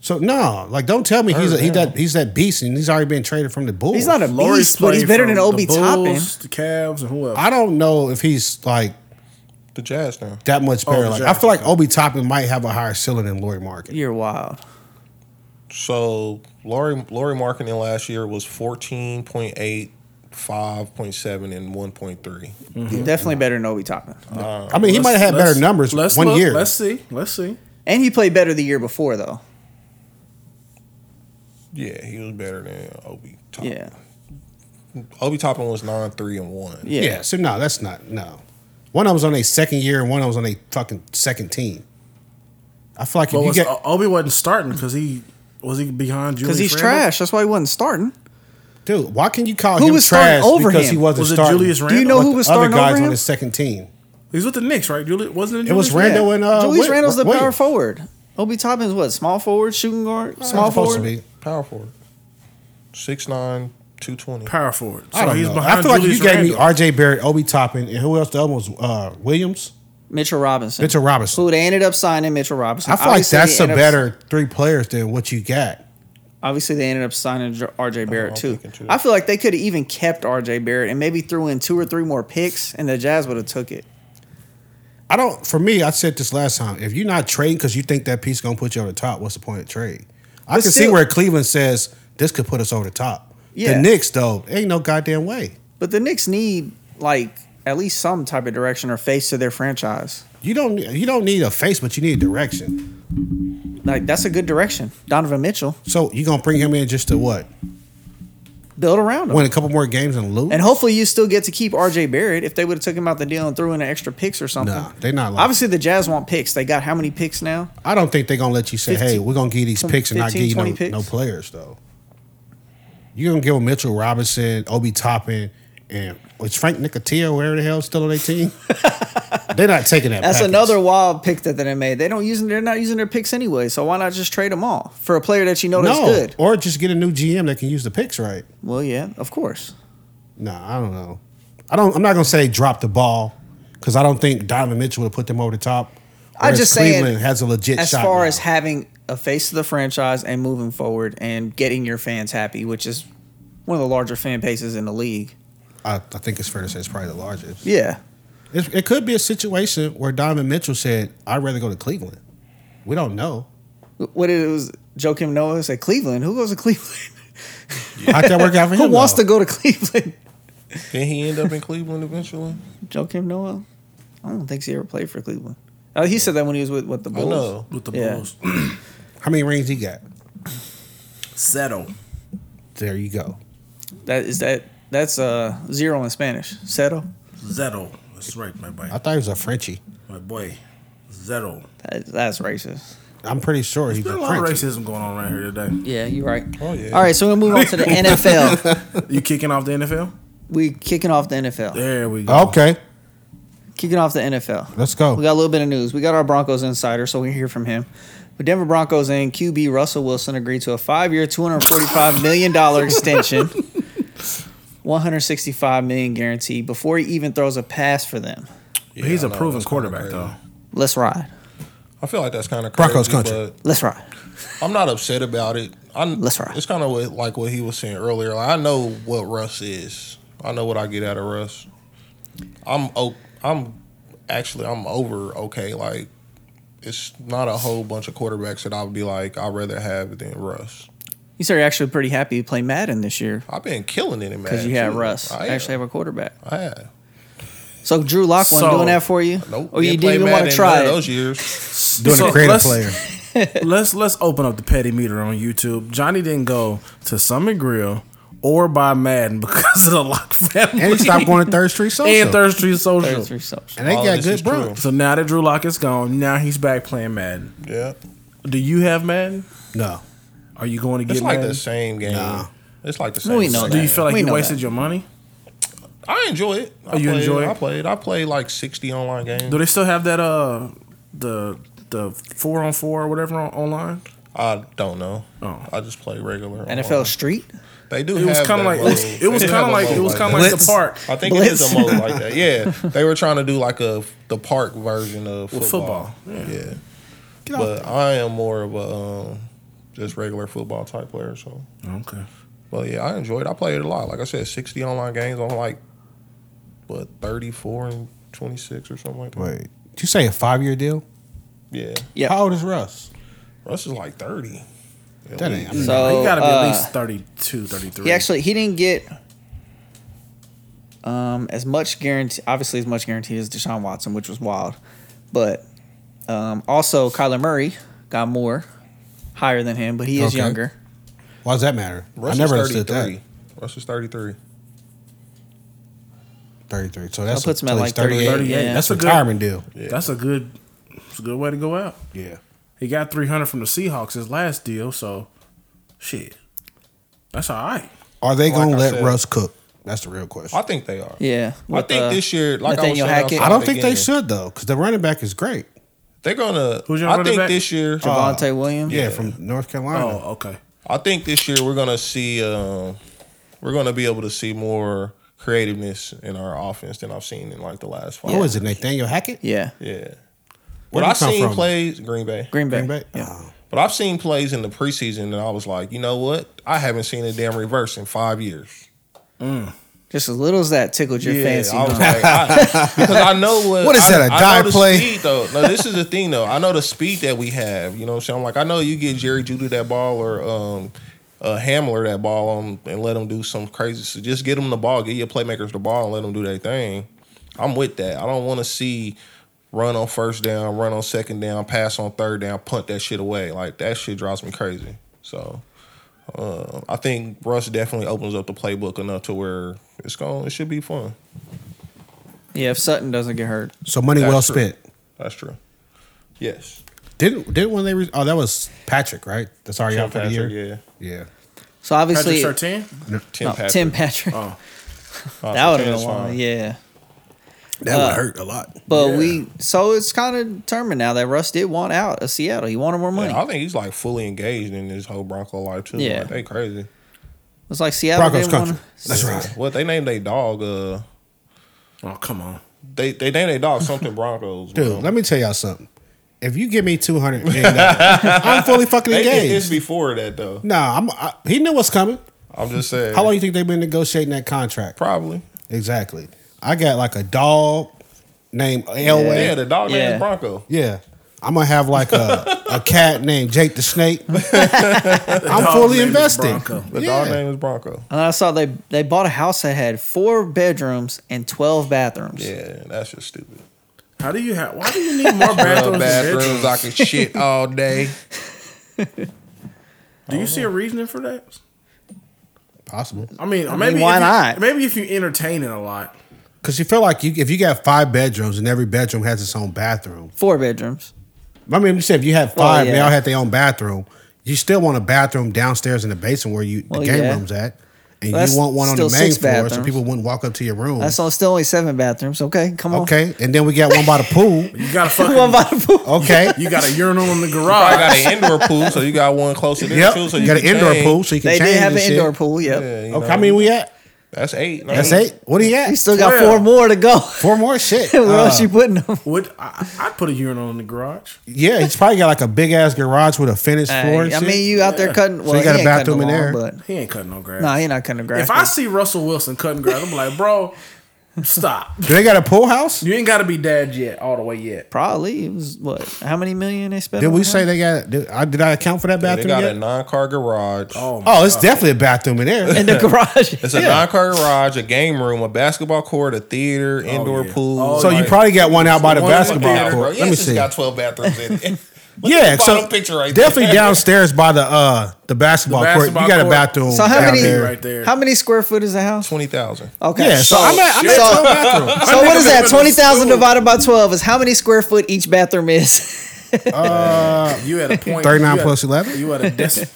[SPEAKER 1] So no, like don't tell me he's a, he that he's that beast and he's already been traded from the Bulls.
[SPEAKER 3] He's not a- beast, but he's
[SPEAKER 2] played
[SPEAKER 3] better than
[SPEAKER 2] from
[SPEAKER 3] Obi
[SPEAKER 2] the
[SPEAKER 3] Toppin.
[SPEAKER 2] Bulls, The Cavs and who else?
[SPEAKER 1] I don't know if he's like
[SPEAKER 4] The Jazz now.
[SPEAKER 1] that much
[SPEAKER 2] Oh,
[SPEAKER 1] better.
[SPEAKER 2] the
[SPEAKER 1] like I
[SPEAKER 2] Jazz.
[SPEAKER 1] feel like Obi Toppin might have a higher ceiling than Laurie Markins.
[SPEAKER 3] you're wild.
[SPEAKER 4] So Laurie Laurie marketing last year was 14.8, 5.7, and 1.3.
[SPEAKER 1] Mm-hmm.
[SPEAKER 3] Definitely better than Obi Toppin,
[SPEAKER 1] I mean, he might have had better
[SPEAKER 2] Let's-
[SPEAKER 1] numbers
[SPEAKER 2] let's
[SPEAKER 1] one
[SPEAKER 2] look.
[SPEAKER 1] year.
[SPEAKER 2] Let's see. Let's see.
[SPEAKER 3] and he played better the year before though.
[SPEAKER 4] Yeah, he was better than Obi
[SPEAKER 1] Uh,
[SPEAKER 4] Toppin.
[SPEAKER 3] Yeah,
[SPEAKER 4] Obi Toppin was nine three and one.
[SPEAKER 3] yeah.
[SPEAKER 1] yeah. So no, that's not no. One of them was on a second year and one of them was on a fucking second team. I feel like if
[SPEAKER 2] But uh,
[SPEAKER 1] you
[SPEAKER 2] was,
[SPEAKER 1] get
[SPEAKER 2] O- Obi wasn't starting because he was he behind Julius.
[SPEAKER 3] Because he's
[SPEAKER 2] Randle?
[SPEAKER 3] trash. That's why he wasn't starting.
[SPEAKER 1] dude, why can you call
[SPEAKER 3] Who
[SPEAKER 1] him
[SPEAKER 3] was starting
[SPEAKER 1] trash
[SPEAKER 3] over
[SPEAKER 1] because he
[SPEAKER 3] him?
[SPEAKER 1] wasn't
[SPEAKER 2] Was it
[SPEAKER 1] starting?
[SPEAKER 2] Julius
[SPEAKER 1] with
[SPEAKER 2] Randle?
[SPEAKER 3] Do you know
[SPEAKER 2] What
[SPEAKER 3] who
[SPEAKER 1] the
[SPEAKER 3] was
[SPEAKER 1] other
[SPEAKER 3] starting over
[SPEAKER 1] guys
[SPEAKER 3] him?
[SPEAKER 1] on his second team?
[SPEAKER 2] He's with the Knicks, right? Julius wasn't it?
[SPEAKER 1] It was
[SPEAKER 2] Julius?
[SPEAKER 1] Randle. Randall and, uh,
[SPEAKER 3] Julius
[SPEAKER 1] Wi-
[SPEAKER 3] Randle's the
[SPEAKER 1] Wi-
[SPEAKER 3] power forward. Obi Toppin's what? Small forward, shooting guard, small
[SPEAKER 1] It's supposed to
[SPEAKER 3] forward.
[SPEAKER 1] be.
[SPEAKER 4] Power forward. 6'9", 220.
[SPEAKER 2] Power forward.
[SPEAKER 1] I don't
[SPEAKER 2] he's
[SPEAKER 1] know.
[SPEAKER 2] behind
[SPEAKER 1] I feel like if
[SPEAKER 2] Julius
[SPEAKER 1] you gave me
[SPEAKER 2] Randle.
[SPEAKER 1] R.J. Barrett, Obi Toppin, and who else? The other one was uh, Williams,
[SPEAKER 3] Mitchell Robinson.
[SPEAKER 1] Mitchell Robinson.
[SPEAKER 3] Who they ended up signing Mitchell Robinson.
[SPEAKER 1] I feel like
[SPEAKER 3] Obviously,
[SPEAKER 1] that's
[SPEAKER 3] they
[SPEAKER 1] a
[SPEAKER 3] ended up-
[SPEAKER 1] better three players than what you got.
[SPEAKER 3] Obviously, they ended up signing J- R.J. Barrett
[SPEAKER 4] I'm
[SPEAKER 3] too.
[SPEAKER 4] thinking too.
[SPEAKER 3] I feel like they could have even kept R.J. Barrett and maybe threw in two or three more picks, and the Jazz would have took it.
[SPEAKER 1] I don't. For me, I said this last time. If you're not trading because you think that piece gonna put you on the top, what's the point of trade? I
[SPEAKER 3] But
[SPEAKER 1] can see
[SPEAKER 3] still-
[SPEAKER 1] where Cleveland says this could put us over the top.
[SPEAKER 3] Yeah.
[SPEAKER 1] The Knicks though, ain't no goddamn way.
[SPEAKER 3] But the Knicks need like at least some type of direction or face to their franchise.
[SPEAKER 1] You don't you don't need a face, but you need direction.
[SPEAKER 3] Like that's a good direction. Donovan Mitchell,
[SPEAKER 1] So you gonna bring him in just to what?
[SPEAKER 3] build around him.
[SPEAKER 1] Win a couple more games and lose?
[SPEAKER 3] and hopefully you still get to keep RJ Barrett if they would have took him out the deal and threw in an extra picks or something.
[SPEAKER 1] Nah, they not like-
[SPEAKER 3] Obviously the Jazz want picks. They got how many picks now?
[SPEAKER 1] I don't think they're gonna let you say, "Hey,
[SPEAKER 3] 15
[SPEAKER 1] we're gonna give these picks and not give
[SPEAKER 3] 15,
[SPEAKER 1] you no,
[SPEAKER 3] 20 picks?
[SPEAKER 1] no players." Though you're gonna give them Mitchell Robinson, Obi Toppin, and is Frank Nicotillo, wherever the hell, still on their team? they're not taking that.
[SPEAKER 3] That's
[SPEAKER 1] package.
[SPEAKER 3] another wild pick that they made. They don't using they're not using their picks anyway, so why not just trade them all for a player that you know that's
[SPEAKER 1] no,
[SPEAKER 3] good?
[SPEAKER 1] or just get a new GM that can use the picks right.
[SPEAKER 3] Well, yeah, of course.
[SPEAKER 1] Nah, I don't know. I don't. I'm not gonna say drop the ball because I don't think Donovan Mitchell would have put them over the top.
[SPEAKER 3] I'm
[SPEAKER 1] Whereas
[SPEAKER 3] just saying,
[SPEAKER 1] Cleveland has a legit
[SPEAKER 3] as
[SPEAKER 1] shot
[SPEAKER 3] far
[SPEAKER 1] now.
[SPEAKER 3] as having a face of the franchise and moving forward and getting your fans happy, which is one of the larger fan bases in the league.
[SPEAKER 1] I, I think it's fair to say it's probably the largest.
[SPEAKER 3] Yeah.
[SPEAKER 1] It, it could be a situation where Donovan Mitchell said, "I'd rather go to Cleveland." We don't know.
[SPEAKER 3] What it was Joakim Noah said Cleveland. Who goes to Cleveland?
[SPEAKER 1] How would that work out for him?
[SPEAKER 3] Who wants
[SPEAKER 1] though?
[SPEAKER 3] to go to Cleveland?
[SPEAKER 4] Did he end up in Cleveland eventually?
[SPEAKER 3] Joakim Noah? I don't think he ever played for Cleveland. Uh, he said that when he was with, with the
[SPEAKER 4] I
[SPEAKER 3] Bulls.
[SPEAKER 4] know.
[SPEAKER 2] with the
[SPEAKER 3] Yeah.
[SPEAKER 2] Bulls.
[SPEAKER 1] How many rings he got?
[SPEAKER 2] Settle.
[SPEAKER 1] There you go.
[SPEAKER 3] That is that that's uh zero in Spanish. Settle.
[SPEAKER 2] Zetto. That's right, my boy.
[SPEAKER 1] I thought he was a Frenchie.
[SPEAKER 2] My boy. Zetto.
[SPEAKER 3] That, that's racist.
[SPEAKER 1] I'm pretty sure he's
[SPEAKER 2] There's
[SPEAKER 1] a
[SPEAKER 2] a lot of
[SPEAKER 1] Frenchie.
[SPEAKER 2] racism going on right here today.
[SPEAKER 3] Yeah, you're right.
[SPEAKER 4] Oh yeah.
[SPEAKER 3] All right, so we move on to the NFL.
[SPEAKER 2] You kicking off the NFL?
[SPEAKER 3] We kicking off the NFL.
[SPEAKER 2] There we go.
[SPEAKER 1] Okay,
[SPEAKER 3] Kicking off the NFL.
[SPEAKER 1] let's go.
[SPEAKER 3] We got a little bit of news. We got our Broncos insider, so we can hear from him. But Denver Broncos and QB Russell Wilson agreed to a five-year, two hundred forty-five million dollar extension, one hundred sixty-five million guarantee before he even throws a pass for them.
[SPEAKER 2] But he's
[SPEAKER 4] Yeah,
[SPEAKER 2] a
[SPEAKER 4] I know.
[SPEAKER 2] proven
[SPEAKER 4] That's kinda
[SPEAKER 2] quarterback,
[SPEAKER 4] crazy.
[SPEAKER 2] though.
[SPEAKER 3] Let's ride.
[SPEAKER 4] I feel like that's kind of
[SPEAKER 1] Broncos country.
[SPEAKER 4] But
[SPEAKER 3] Let's ride.
[SPEAKER 4] I'm not upset about it. I,
[SPEAKER 3] Let's ride.
[SPEAKER 4] It's kind of what, like what he was saying earlier. Like, I know what Russ is. I know what I get out of Russ. I'm o- I'm actually I'm over okay. Like it's not a whole bunch of quarterbacks that I would be like I'd rather have than Russ.
[SPEAKER 3] You said you're actually pretty happy to play Madden this year
[SPEAKER 4] I've been killing it in Madden
[SPEAKER 3] because you have
[SPEAKER 4] too.
[SPEAKER 3] Russ.
[SPEAKER 4] I
[SPEAKER 3] actually
[SPEAKER 4] am.
[SPEAKER 3] have a quarterback.
[SPEAKER 4] I have.
[SPEAKER 3] So Drew Lock wasn't
[SPEAKER 2] So-
[SPEAKER 3] doing that for you,
[SPEAKER 4] Nope.
[SPEAKER 3] or Oh, you
[SPEAKER 4] play
[SPEAKER 3] didn't even want
[SPEAKER 4] Madden
[SPEAKER 3] to
[SPEAKER 4] in
[SPEAKER 3] try
[SPEAKER 4] none of
[SPEAKER 3] it.
[SPEAKER 4] those years.
[SPEAKER 1] Doing
[SPEAKER 2] So
[SPEAKER 1] a creative
[SPEAKER 2] let's-
[SPEAKER 1] player.
[SPEAKER 2] let's let's open up the petty meter on YouTube. Johnny didn't go to Summit Grill or buy Madden because of the Lock family
[SPEAKER 1] And he stopped going to Third Street Social.
[SPEAKER 2] and Third Street Social.
[SPEAKER 3] Third through social.
[SPEAKER 1] And they
[SPEAKER 4] Oh,
[SPEAKER 1] got
[SPEAKER 4] this is
[SPEAKER 1] good
[SPEAKER 4] true.
[SPEAKER 1] bro.
[SPEAKER 2] So now that Drew Lock is gone, now he's back playing Madden.
[SPEAKER 4] Yeah,
[SPEAKER 2] Do you have Madden?
[SPEAKER 1] No.
[SPEAKER 2] Are you going to get
[SPEAKER 4] it's like
[SPEAKER 2] Madden?
[SPEAKER 4] the same game.
[SPEAKER 1] Nah.
[SPEAKER 4] It's like the same.
[SPEAKER 3] We know
[SPEAKER 4] game.
[SPEAKER 2] Do you feel like
[SPEAKER 3] We
[SPEAKER 2] you
[SPEAKER 3] know
[SPEAKER 2] wasted
[SPEAKER 3] that.
[SPEAKER 2] your money?
[SPEAKER 4] I enjoy it. I
[SPEAKER 2] Oh, you
[SPEAKER 4] played,
[SPEAKER 2] enjoy it?
[SPEAKER 4] I played. I played like sixty online games.
[SPEAKER 2] Do they still have that uh the the four on four or whatever on, online?
[SPEAKER 4] I don't know.
[SPEAKER 2] Oh.
[SPEAKER 4] I just play regular online.
[SPEAKER 3] NFL Street.
[SPEAKER 4] They do.
[SPEAKER 2] It was
[SPEAKER 4] have
[SPEAKER 2] kind of
[SPEAKER 4] that
[SPEAKER 2] like it was,
[SPEAKER 4] mode.
[SPEAKER 2] it was
[SPEAKER 4] They
[SPEAKER 2] kind
[SPEAKER 4] do have
[SPEAKER 2] of
[SPEAKER 4] a
[SPEAKER 2] like
[SPEAKER 4] mode
[SPEAKER 2] it was kind of like
[SPEAKER 1] that.
[SPEAKER 2] the park
[SPEAKER 4] I think it is a mode like that. Yeah, they were trying to do like a the park version of
[SPEAKER 2] With
[SPEAKER 4] football.
[SPEAKER 2] football,
[SPEAKER 4] Yeah,
[SPEAKER 1] Get off.
[SPEAKER 4] but I am more of a um, just regular football type player. So,
[SPEAKER 2] Okay.
[SPEAKER 4] but yeah, I enjoyed. it. I played a lot. Like I said, sixty online games on like what thirty four and twenty six or something like that.
[SPEAKER 1] Wait. Did you say a five year deal?
[SPEAKER 4] Yeah,
[SPEAKER 3] Yeah.
[SPEAKER 1] How old is Russ?
[SPEAKER 4] Russ is like thirty. at
[SPEAKER 1] That
[SPEAKER 4] least.
[SPEAKER 1] ain't. I mean,
[SPEAKER 3] So
[SPEAKER 2] you got to be
[SPEAKER 3] uh,
[SPEAKER 2] at least 32, 33.
[SPEAKER 3] He actually he didn't get um, as much guarantee, obviously as much guarantee as Deshaun Watson, which was wild. But um, also Kyler Murray got more higher than him, but he is
[SPEAKER 1] Okay.
[SPEAKER 3] younger.
[SPEAKER 1] why does that matter?
[SPEAKER 4] Russ
[SPEAKER 1] I never
[SPEAKER 4] is
[SPEAKER 1] understood
[SPEAKER 4] thirty
[SPEAKER 1] that.
[SPEAKER 4] three. Russ is thirty three.
[SPEAKER 1] Thirty three. So that's
[SPEAKER 3] That puts him at
[SPEAKER 1] so he's
[SPEAKER 3] like 38.
[SPEAKER 2] 38.
[SPEAKER 3] Yeah.
[SPEAKER 1] That's
[SPEAKER 2] That's
[SPEAKER 1] a
[SPEAKER 2] a good-
[SPEAKER 1] retirement deal.
[SPEAKER 2] That's a good it's a good way to go out.
[SPEAKER 1] Yeah.
[SPEAKER 2] He got 300 from the Seahawks his last deal, so shit. That's all right.
[SPEAKER 1] Are they
[SPEAKER 4] Like
[SPEAKER 1] gonna
[SPEAKER 4] I
[SPEAKER 1] let
[SPEAKER 4] said-
[SPEAKER 1] Russ cook? That's the real question.
[SPEAKER 4] I think they are.
[SPEAKER 3] Yeah, with,
[SPEAKER 4] I think
[SPEAKER 3] uh,
[SPEAKER 4] this year, like
[SPEAKER 3] Nathaniel
[SPEAKER 4] I was saying,
[SPEAKER 3] Hackett.
[SPEAKER 1] I
[SPEAKER 4] outside
[SPEAKER 1] don't
[SPEAKER 4] the
[SPEAKER 1] think they
[SPEAKER 4] beginning,
[SPEAKER 1] should though, because the running back is great.
[SPEAKER 4] They're gonna.
[SPEAKER 2] Who's your
[SPEAKER 4] I
[SPEAKER 2] running
[SPEAKER 4] think
[SPEAKER 2] back?
[SPEAKER 4] this year.
[SPEAKER 3] Javante Williams.
[SPEAKER 1] Yeah, from North Carolina.
[SPEAKER 2] Oh, okay.
[SPEAKER 4] I think this year we're gonna see. Um, we're gonna be able to see more creativeness in our offense than I've seen in like the last five.
[SPEAKER 1] Who is it? Nathaniel Hackett?
[SPEAKER 3] yeah,
[SPEAKER 4] Yeah.
[SPEAKER 1] Where did
[SPEAKER 4] But
[SPEAKER 1] he
[SPEAKER 4] I've
[SPEAKER 1] come
[SPEAKER 4] seen
[SPEAKER 1] from?
[SPEAKER 4] plays Green Bay.
[SPEAKER 3] Green Bay.
[SPEAKER 1] Green Bay?
[SPEAKER 3] Yeah.
[SPEAKER 1] Oh.
[SPEAKER 4] But I've seen plays in the preseason, and I was like, you know what? I haven't seen a damn reverse in five years.
[SPEAKER 3] Just as little as that tickled your fancy.
[SPEAKER 4] I was
[SPEAKER 3] huh?
[SPEAKER 4] like, I, because I know what,
[SPEAKER 1] What is
[SPEAKER 4] I-
[SPEAKER 1] that, a
[SPEAKER 4] I
[SPEAKER 1] die
[SPEAKER 4] know the
[SPEAKER 1] play?
[SPEAKER 4] Speed, though. No, this is the thing though. I know the speed that we have. You know what I'm saying? I'm like, I know you get Jerry Judy that ball or um, uh, Hamler that ball on and let them do some crazy. So just get them the ball, get your playmakers the ball, and let them do their thing. I'm with that. I don't want to see run on first down, run on second down, pass on third down, punt that shit away. Like that shit drives me crazy. So. Uh, I think Russ definitely opens up the playbook enough to where it's going. It should be fun.
[SPEAKER 3] yeah, if Sutton doesn't get hurt.
[SPEAKER 1] So money
[SPEAKER 4] That's
[SPEAKER 1] well
[SPEAKER 4] true.
[SPEAKER 1] spent.
[SPEAKER 4] That's true. Yes.
[SPEAKER 1] Didn't didn't when they re- oh that was Patrick right? That's already out for the
[SPEAKER 4] Patrick,
[SPEAKER 1] year.
[SPEAKER 4] yeah.
[SPEAKER 1] Yeah.
[SPEAKER 3] So obviously,
[SPEAKER 2] Patrick Sertan?
[SPEAKER 4] Tim
[SPEAKER 3] no,
[SPEAKER 4] Patrick.
[SPEAKER 3] Tim Patrick.
[SPEAKER 2] Oh.
[SPEAKER 4] Uh,
[SPEAKER 3] that would have
[SPEAKER 4] Tim's
[SPEAKER 3] been one.
[SPEAKER 4] fine.
[SPEAKER 3] Yeah.
[SPEAKER 1] That
[SPEAKER 3] Uh,
[SPEAKER 1] would hurt a lot.
[SPEAKER 3] But
[SPEAKER 4] Yeah.
[SPEAKER 3] we so it's kind of determined now that Russ did want out of Seattle. He wanted more money.
[SPEAKER 4] Yeah, I think he's like fully engaged in this whole Bronco life too.
[SPEAKER 3] Yeah.
[SPEAKER 4] Yeah. Like, they crazy.
[SPEAKER 3] it's like Seattle
[SPEAKER 1] Broncos
[SPEAKER 3] didn't
[SPEAKER 1] country.
[SPEAKER 3] want
[SPEAKER 1] That's right.
[SPEAKER 4] What they named their dog? Uh,
[SPEAKER 2] Oh, come on.
[SPEAKER 4] they they named their dog something Broncos.
[SPEAKER 1] Dude,
[SPEAKER 4] bro.
[SPEAKER 1] let me tell y'all something. If you give me two hundred million, dollars, I'm fully fucking
[SPEAKER 4] they did this
[SPEAKER 1] engaged.
[SPEAKER 4] before that though.
[SPEAKER 1] Nah, I'm. I, he knew what's coming.
[SPEAKER 4] I'm just saying.
[SPEAKER 1] How long you think they've been negotiating that contract?
[SPEAKER 4] Probably.
[SPEAKER 1] Exactly. I got like a dog named Elway.
[SPEAKER 4] Yeah, the dog named
[SPEAKER 3] Yeah.
[SPEAKER 4] is Bronco.
[SPEAKER 1] Yeah. I'm gonna have like a, a cat named Jake the Snake. I'm fully
[SPEAKER 2] name is
[SPEAKER 1] invested.
[SPEAKER 2] Bronco.
[SPEAKER 4] The
[SPEAKER 1] yeah.
[SPEAKER 4] dog name is Bronco.
[SPEAKER 3] And I saw they they bought a house that had four bedrooms and twelve bathrooms.
[SPEAKER 4] Yeah, that's just stupid.
[SPEAKER 2] How do you have? Why do you need more bathrooms?
[SPEAKER 4] Bathrooms,
[SPEAKER 2] than
[SPEAKER 4] bathrooms, I
[SPEAKER 2] bedrooms?
[SPEAKER 4] can shit all day.
[SPEAKER 2] Do you see a reasoning for that?
[SPEAKER 1] Possible.
[SPEAKER 2] I mean, maybe
[SPEAKER 3] why
[SPEAKER 2] if you-
[SPEAKER 3] not?
[SPEAKER 2] Maybe if you entertain it a lot.
[SPEAKER 1] Cause you feel like you if you got five bedrooms and every bedroom has its own bathroom.
[SPEAKER 3] Four bedrooms.
[SPEAKER 1] I mean, you said if you have
[SPEAKER 3] Well,
[SPEAKER 1] five, and they
[SPEAKER 3] Oh, yeah.
[SPEAKER 1] all had their own bathroom. You still want a bathroom downstairs in the basement where you
[SPEAKER 3] Well,
[SPEAKER 1] the game
[SPEAKER 3] yeah.
[SPEAKER 1] room's at, and
[SPEAKER 3] Well, that's
[SPEAKER 1] you want one on the
[SPEAKER 3] still
[SPEAKER 1] main
[SPEAKER 3] six
[SPEAKER 1] floor so
[SPEAKER 3] bathrooms.
[SPEAKER 1] people wouldn't walk up to your room.
[SPEAKER 3] That's all, still only seven bathrooms. Okay, come on.
[SPEAKER 1] okay, and then we got one by the pool.
[SPEAKER 2] You got a fucking.
[SPEAKER 3] One by the pool.
[SPEAKER 1] Okay,
[SPEAKER 2] you got a urinal in the
[SPEAKER 4] I
[SPEAKER 2] garage.
[SPEAKER 4] got an indoor pool, so you got one close to this
[SPEAKER 1] yep,
[SPEAKER 4] too. So
[SPEAKER 1] you got an
[SPEAKER 4] can
[SPEAKER 1] indoor
[SPEAKER 4] change.
[SPEAKER 1] pool so you can
[SPEAKER 3] They
[SPEAKER 1] change
[SPEAKER 3] did have
[SPEAKER 1] and
[SPEAKER 3] an
[SPEAKER 1] shit.
[SPEAKER 3] indow indoor pool. Yep.
[SPEAKER 4] Yeah, you
[SPEAKER 1] Okay,
[SPEAKER 4] know,
[SPEAKER 1] I mean we at
[SPEAKER 4] that's eight.
[SPEAKER 1] that's
[SPEAKER 4] nine.
[SPEAKER 1] eight. What do you
[SPEAKER 3] You
[SPEAKER 1] got?
[SPEAKER 3] still got
[SPEAKER 2] Twelve.
[SPEAKER 3] four more to go.
[SPEAKER 1] Four more shit.
[SPEAKER 3] Where else
[SPEAKER 1] Uh,
[SPEAKER 3] you putting them?
[SPEAKER 2] Would I, I put a urinal in the garage?
[SPEAKER 1] Yeah, he's probably got like a big ass garage with a finished floor.
[SPEAKER 3] Hey,
[SPEAKER 1] and
[SPEAKER 3] I
[SPEAKER 1] shit.
[SPEAKER 3] mean, you out there cutting. Well,
[SPEAKER 1] you got
[SPEAKER 3] he
[SPEAKER 1] a
[SPEAKER 3] ain't cutting
[SPEAKER 1] bathroom in
[SPEAKER 3] the
[SPEAKER 1] there.
[SPEAKER 3] lawn,
[SPEAKER 2] He ain't cutting no grass.
[SPEAKER 3] But no, he not cutting the grass.
[SPEAKER 2] if I see Russell Wilson cutting grass, I'm like, bro, stop.
[SPEAKER 1] do they got a pool house?
[SPEAKER 2] You ain't got to be dad yet, all the way yet.
[SPEAKER 3] probably it was what? How many million they spent?
[SPEAKER 1] Did
[SPEAKER 3] on
[SPEAKER 1] we
[SPEAKER 3] the
[SPEAKER 1] say
[SPEAKER 3] house?
[SPEAKER 1] they got? Did I, did I account for that
[SPEAKER 4] Yeah, They
[SPEAKER 1] bathroom
[SPEAKER 4] got
[SPEAKER 1] yet?
[SPEAKER 4] a non-car garage.
[SPEAKER 2] Oh, my
[SPEAKER 1] oh, it's definitely a bathroom in there.
[SPEAKER 3] in the garage?
[SPEAKER 4] It's a
[SPEAKER 1] Yeah.
[SPEAKER 4] non-car garage, a game room, a basketball court, a theater, indoor
[SPEAKER 2] yeah.
[SPEAKER 4] pool.
[SPEAKER 2] Oh,
[SPEAKER 1] so you
[SPEAKER 2] Like-
[SPEAKER 1] probably got one out by the
[SPEAKER 4] One in
[SPEAKER 1] basketball
[SPEAKER 4] theater, bro.
[SPEAKER 1] court.
[SPEAKER 4] Yes,
[SPEAKER 1] Let me
[SPEAKER 4] it's
[SPEAKER 1] see.
[SPEAKER 4] got twelve bathrooms in it. Look
[SPEAKER 1] yeah,
[SPEAKER 4] at the
[SPEAKER 1] so
[SPEAKER 4] bottom picture right
[SPEAKER 1] definitely
[SPEAKER 4] there.
[SPEAKER 1] downstairs by the uh the basketball,
[SPEAKER 2] The basketball
[SPEAKER 1] court. You got
[SPEAKER 2] court.
[SPEAKER 1] a bathroom.
[SPEAKER 3] So how
[SPEAKER 1] down
[SPEAKER 3] many-
[SPEAKER 1] there.
[SPEAKER 2] right there.
[SPEAKER 3] How many square foot is the house?
[SPEAKER 4] Twenty thousand.
[SPEAKER 3] Okay.
[SPEAKER 1] Yeah, so, I'm at, I'm
[SPEAKER 3] so-
[SPEAKER 1] at twelve bathrooms.
[SPEAKER 3] So what is that?
[SPEAKER 2] living
[SPEAKER 3] Twenty thousand
[SPEAKER 2] in a
[SPEAKER 3] divided by twelve is how many square foot each bathroom is?
[SPEAKER 1] Uh,
[SPEAKER 2] You had a point.
[SPEAKER 1] 39
[SPEAKER 2] you had-
[SPEAKER 1] plus 11?
[SPEAKER 2] You had a decimal.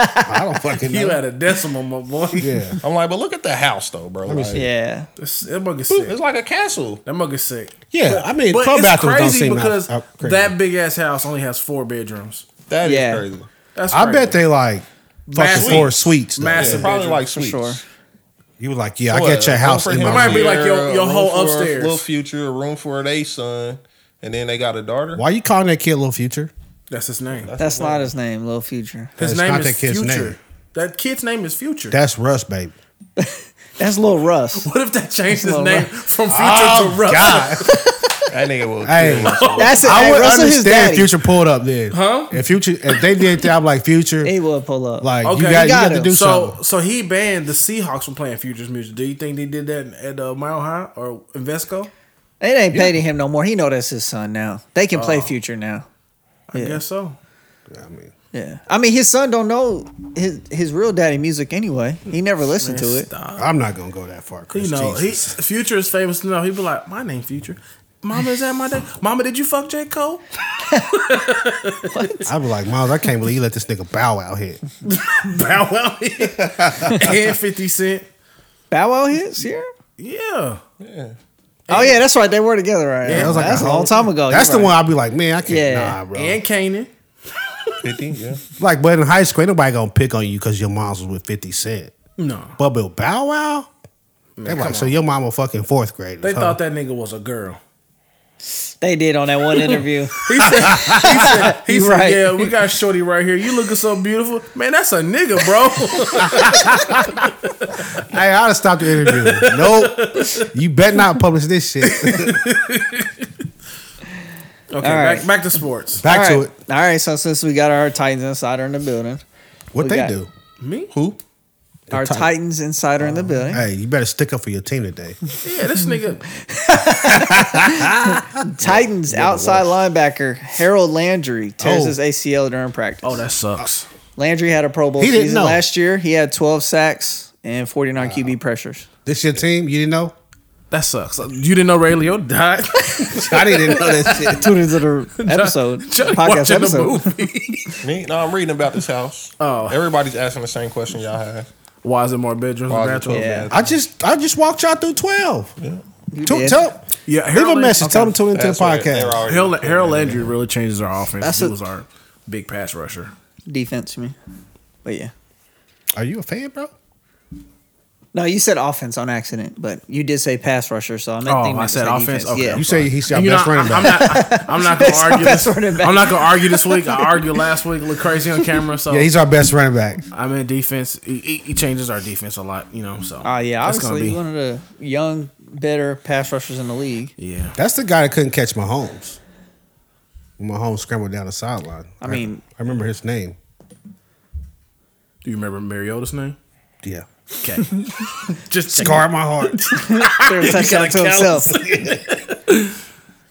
[SPEAKER 1] I don't fucking
[SPEAKER 2] you
[SPEAKER 1] know.
[SPEAKER 2] had a decimal, my boy.
[SPEAKER 1] Yeah,
[SPEAKER 4] I'm like, but look at the house though, bro. Like,
[SPEAKER 3] yeah.
[SPEAKER 2] This- That mug is
[SPEAKER 4] It's
[SPEAKER 2] sick.
[SPEAKER 4] like a castle.
[SPEAKER 2] That mug is sick.
[SPEAKER 1] yeah. I mean,
[SPEAKER 2] But
[SPEAKER 1] twelve
[SPEAKER 2] it's
[SPEAKER 1] bathrooms don't
[SPEAKER 2] crazy
[SPEAKER 1] seem out-
[SPEAKER 2] because
[SPEAKER 1] out crazy.
[SPEAKER 2] that big ass house only has four bedrooms.
[SPEAKER 4] That is
[SPEAKER 3] Yeah.
[SPEAKER 4] crazy.
[SPEAKER 2] That's
[SPEAKER 1] I
[SPEAKER 2] crazy.
[SPEAKER 1] bet they like fucking
[SPEAKER 2] Massive.
[SPEAKER 1] floor suites. though.
[SPEAKER 2] Massive. That's
[SPEAKER 4] It's
[SPEAKER 2] a
[SPEAKER 4] probably
[SPEAKER 2] bedroom,
[SPEAKER 4] like
[SPEAKER 3] for
[SPEAKER 4] suites.
[SPEAKER 3] sure.
[SPEAKER 1] You would like, yeah, I
[SPEAKER 4] What,
[SPEAKER 1] get your
[SPEAKER 4] room
[SPEAKER 1] house
[SPEAKER 4] for
[SPEAKER 1] in
[SPEAKER 4] him
[SPEAKER 1] my
[SPEAKER 2] It might
[SPEAKER 1] room.
[SPEAKER 2] be like your-
[SPEAKER 4] a
[SPEAKER 2] your
[SPEAKER 4] room
[SPEAKER 2] whole
[SPEAKER 4] for
[SPEAKER 2] upstairs.
[SPEAKER 4] little future, a room for a son, and then they got a daughter.
[SPEAKER 1] Why you calling that kid Little Future?
[SPEAKER 2] That's his name.
[SPEAKER 3] That's not his name, Lil Future.
[SPEAKER 2] his
[SPEAKER 1] That's
[SPEAKER 2] name
[SPEAKER 1] not
[SPEAKER 2] is
[SPEAKER 1] that kid's
[SPEAKER 2] Future.
[SPEAKER 1] name.
[SPEAKER 2] That kid's name is Future.
[SPEAKER 1] That's Russ, baby.
[SPEAKER 3] That's Lil Russ.
[SPEAKER 2] what if that changed his
[SPEAKER 3] Well,
[SPEAKER 2] name
[SPEAKER 3] right.
[SPEAKER 2] from Future
[SPEAKER 1] Oh,
[SPEAKER 2] to Russ?
[SPEAKER 1] God.
[SPEAKER 4] That nigga will.
[SPEAKER 1] Hey,
[SPEAKER 3] That's it.
[SPEAKER 1] I
[SPEAKER 3] Hey,
[SPEAKER 1] would
[SPEAKER 3] Russell his
[SPEAKER 1] understand
[SPEAKER 3] daddy.
[SPEAKER 1] if Future pulled up then.
[SPEAKER 2] Huh?
[SPEAKER 1] If Future, if they did that, I'm like Future,
[SPEAKER 3] He will pull up.
[SPEAKER 1] like
[SPEAKER 2] Okay.
[SPEAKER 1] you got,
[SPEAKER 2] You
[SPEAKER 1] you
[SPEAKER 3] got
[SPEAKER 1] got to
[SPEAKER 3] him.
[SPEAKER 1] do
[SPEAKER 2] So,
[SPEAKER 1] something.
[SPEAKER 2] so he banned the Seahawks from playing Future's music. Do you think they did that at uh, Mile High or Invesco?
[SPEAKER 3] it ain't paid to him no more. He know that's his son now. They can
[SPEAKER 2] Oh.
[SPEAKER 3] play Future now.
[SPEAKER 2] I guess so.
[SPEAKER 1] I mean,
[SPEAKER 3] Yeah. I mean, his son don't know his his real daddy music anyway. He never listened to it.
[SPEAKER 2] Stop.
[SPEAKER 1] I'm not gonna go that far. Chris.
[SPEAKER 2] uh, You know, he,
[SPEAKER 1] Jesus.
[SPEAKER 2] Future is famous now. He'd be like, "My name Future." Mama, is that my name? Mama, did you fuck J Cole?
[SPEAKER 1] I'd be like, Miles, I can't believe you let this nigga bow out here.
[SPEAKER 2] Bow Wow and Fifty Cent.
[SPEAKER 3] Bow Wow hits here.
[SPEAKER 2] Yeah,
[SPEAKER 4] Yeah.
[SPEAKER 3] Oh yeah, that's right. They were together, right?
[SPEAKER 2] Yeah,
[SPEAKER 1] That was like
[SPEAKER 3] that's a
[SPEAKER 1] whole-
[SPEAKER 3] long time ago.
[SPEAKER 1] That's
[SPEAKER 3] Oh, You're
[SPEAKER 1] the
[SPEAKER 3] right.
[SPEAKER 1] one I'd be like, man, I can't.
[SPEAKER 3] Yeah.
[SPEAKER 1] Nah, bro.
[SPEAKER 2] and Kanan.
[SPEAKER 4] Fifty. Yeah.
[SPEAKER 1] like, but in high school, ain't nobody gonna pick on you because your mom's was with 50 Cent.
[SPEAKER 2] No,
[SPEAKER 1] But Bill Bow Wow? They like, so your mama fucking fourth grade.
[SPEAKER 2] they thought that nigga was a girl.
[SPEAKER 3] They did on that one interview.
[SPEAKER 2] He said, he said, he
[SPEAKER 3] You
[SPEAKER 2] said
[SPEAKER 3] right.
[SPEAKER 2] yeah, we got Shorty right here. You looking so beautiful. Man, that's a nigga, bro.
[SPEAKER 1] Hey, I'd have stopped the interview. nope. You better not publish this shit.
[SPEAKER 2] Okay,
[SPEAKER 3] All right.
[SPEAKER 2] back, back to sports.
[SPEAKER 1] Back
[SPEAKER 3] All
[SPEAKER 1] to
[SPEAKER 3] right.
[SPEAKER 1] it.
[SPEAKER 3] All right, so since we got our Titans insider in the building,
[SPEAKER 1] What
[SPEAKER 3] We
[SPEAKER 1] they
[SPEAKER 3] got-
[SPEAKER 1] do?
[SPEAKER 2] Me?
[SPEAKER 1] Who?
[SPEAKER 3] our
[SPEAKER 1] Titan- Oh,
[SPEAKER 3] Titans insider in the building,
[SPEAKER 1] Hey, you better stick up for your team today.
[SPEAKER 2] Yeah, this nigga.
[SPEAKER 3] Titans outside linebacker Harold Landry tears
[SPEAKER 1] Oh.
[SPEAKER 3] his ACL during practice.
[SPEAKER 2] Oh, that sucks.
[SPEAKER 3] Landry had a Pro Bowl
[SPEAKER 1] He didn't
[SPEAKER 3] season
[SPEAKER 1] know.
[SPEAKER 3] last year. He had 12 sacks and 49 QB pressures.
[SPEAKER 1] This your team? You didn't know?
[SPEAKER 2] That sucks. You didn't know Ray Liotta died.
[SPEAKER 1] I didn't know that shit.
[SPEAKER 3] Tune into the episode,
[SPEAKER 2] Johnny
[SPEAKER 3] podcast
[SPEAKER 2] watching the
[SPEAKER 3] episode.
[SPEAKER 2] movie.
[SPEAKER 4] Me? No, I'm reading about this house.
[SPEAKER 2] Oh.
[SPEAKER 4] Everybody's asking the same question y'all have.
[SPEAKER 2] Why is it more bedrooms than
[SPEAKER 4] Why is it
[SPEAKER 1] Oh,
[SPEAKER 2] bathrooms?
[SPEAKER 4] twelve
[SPEAKER 3] Yeah.
[SPEAKER 1] I just I just walked y'all through twelve.
[SPEAKER 3] You
[SPEAKER 1] Tu-
[SPEAKER 3] did.
[SPEAKER 1] tell
[SPEAKER 2] Yeah,
[SPEAKER 1] leave a
[SPEAKER 2] Harold-
[SPEAKER 1] message. Tell them to tune into the
[SPEAKER 4] That's what they're
[SPEAKER 1] podcast.
[SPEAKER 4] already-
[SPEAKER 2] Harold, Harold Landry really changes our offense.
[SPEAKER 3] That's
[SPEAKER 2] he
[SPEAKER 3] a-
[SPEAKER 2] was our big pass rusher.
[SPEAKER 3] Defense, you mean? But yeah.
[SPEAKER 1] Are you a fan, bro?
[SPEAKER 3] No, you said offense on accident, but you did say pass rusher, so I'm
[SPEAKER 2] Oh,
[SPEAKER 3] not thinking
[SPEAKER 2] I
[SPEAKER 3] you
[SPEAKER 2] said offense? Okay.
[SPEAKER 3] Yeah.
[SPEAKER 1] You say he's your
[SPEAKER 2] You know,
[SPEAKER 1] best running
[SPEAKER 2] I, am
[SPEAKER 1] back.
[SPEAKER 2] not. I'm not gonna
[SPEAKER 3] It's our
[SPEAKER 2] argue.
[SPEAKER 3] best
[SPEAKER 2] This,
[SPEAKER 3] running back.
[SPEAKER 2] I'm not gonna argue this week. I argued last week. Look crazy on camera. So
[SPEAKER 1] Yeah, he's our best running back.
[SPEAKER 2] I'm in defense. He, he- he changes our defense a lot. You know. So.
[SPEAKER 3] Oh, yeah.
[SPEAKER 2] that's
[SPEAKER 3] Obviously, one of the young, better pass rushers in the league.
[SPEAKER 2] Yeah.
[SPEAKER 1] That's the guy that couldn't catch Mahomes. When Mahomes scrambled down the sideline.
[SPEAKER 3] I mean-
[SPEAKER 1] I remember his name.
[SPEAKER 2] Do you remember Mariota's name?
[SPEAKER 1] Yeah.
[SPEAKER 2] Okay. Just check.
[SPEAKER 1] Scar my heart.
[SPEAKER 3] Sure, touchdown to himself.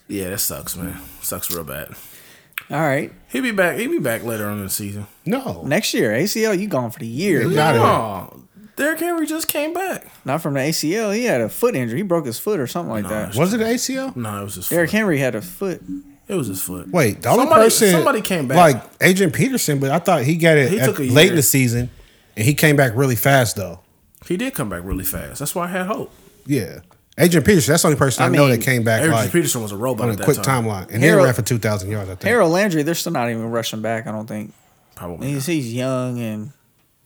[SPEAKER 2] Yeah, that sucks, man. Sucks real bad.
[SPEAKER 3] All right.
[SPEAKER 2] He'll be back. He'll be back later on in the season.
[SPEAKER 1] no.
[SPEAKER 3] Next year, ACL, you gone for the year.
[SPEAKER 1] Get outta here.
[SPEAKER 2] Oh, Derrick Henry just came back.
[SPEAKER 3] Not from the ACL. He had a foot injury. He broke his foot or something like that.
[SPEAKER 1] Was it ACL?
[SPEAKER 2] No, it was his
[SPEAKER 3] Derrick
[SPEAKER 2] foot.
[SPEAKER 3] Henry had a foot.
[SPEAKER 2] It was his foot.
[SPEAKER 1] Wait, the only
[SPEAKER 2] Somebody-
[SPEAKER 1] person
[SPEAKER 2] somebody came back.
[SPEAKER 1] like Adrian Peterson, but I thought he got it
[SPEAKER 2] He
[SPEAKER 1] at-
[SPEAKER 2] took a
[SPEAKER 1] late in
[SPEAKER 2] year.
[SPEAKER 1] the season, and he came back really fast though.
[SPEAKER 2] He did come back really fast. That's why I had hope.
[SPEAKER 1] Yeah, Adrian Peterson. That's the only person I,
[SPEAKER 3] I
[SPEAKER 1] know
[SPEAKER 3] mean,
[SPEAKER 1] that came back
[SPEAKER 2] Adrian
[SPEAKER 1] like
[SPEAKER 2] Peterson was a robot
[SPEAKER 1] on
[SPEAKER 2] at
[SPEAKER 1] a
[SPEAKER 2] that
[SPEAKER 1] quick
[SPEAKER 2] time.
[SPEAKER 1] timeline, and
[SPEAKER 3] Harold-
[SPEAKER 1] then ran for two thousand yards. I think.
[SPEAKER 3] Harold Landry, they're still not even rushing back, I don't think.
[SPEAKER 2] Probably.
[SPEAKER 3] He's,
[SPEAKER 2] not.
[SPEAKER 3] he's young and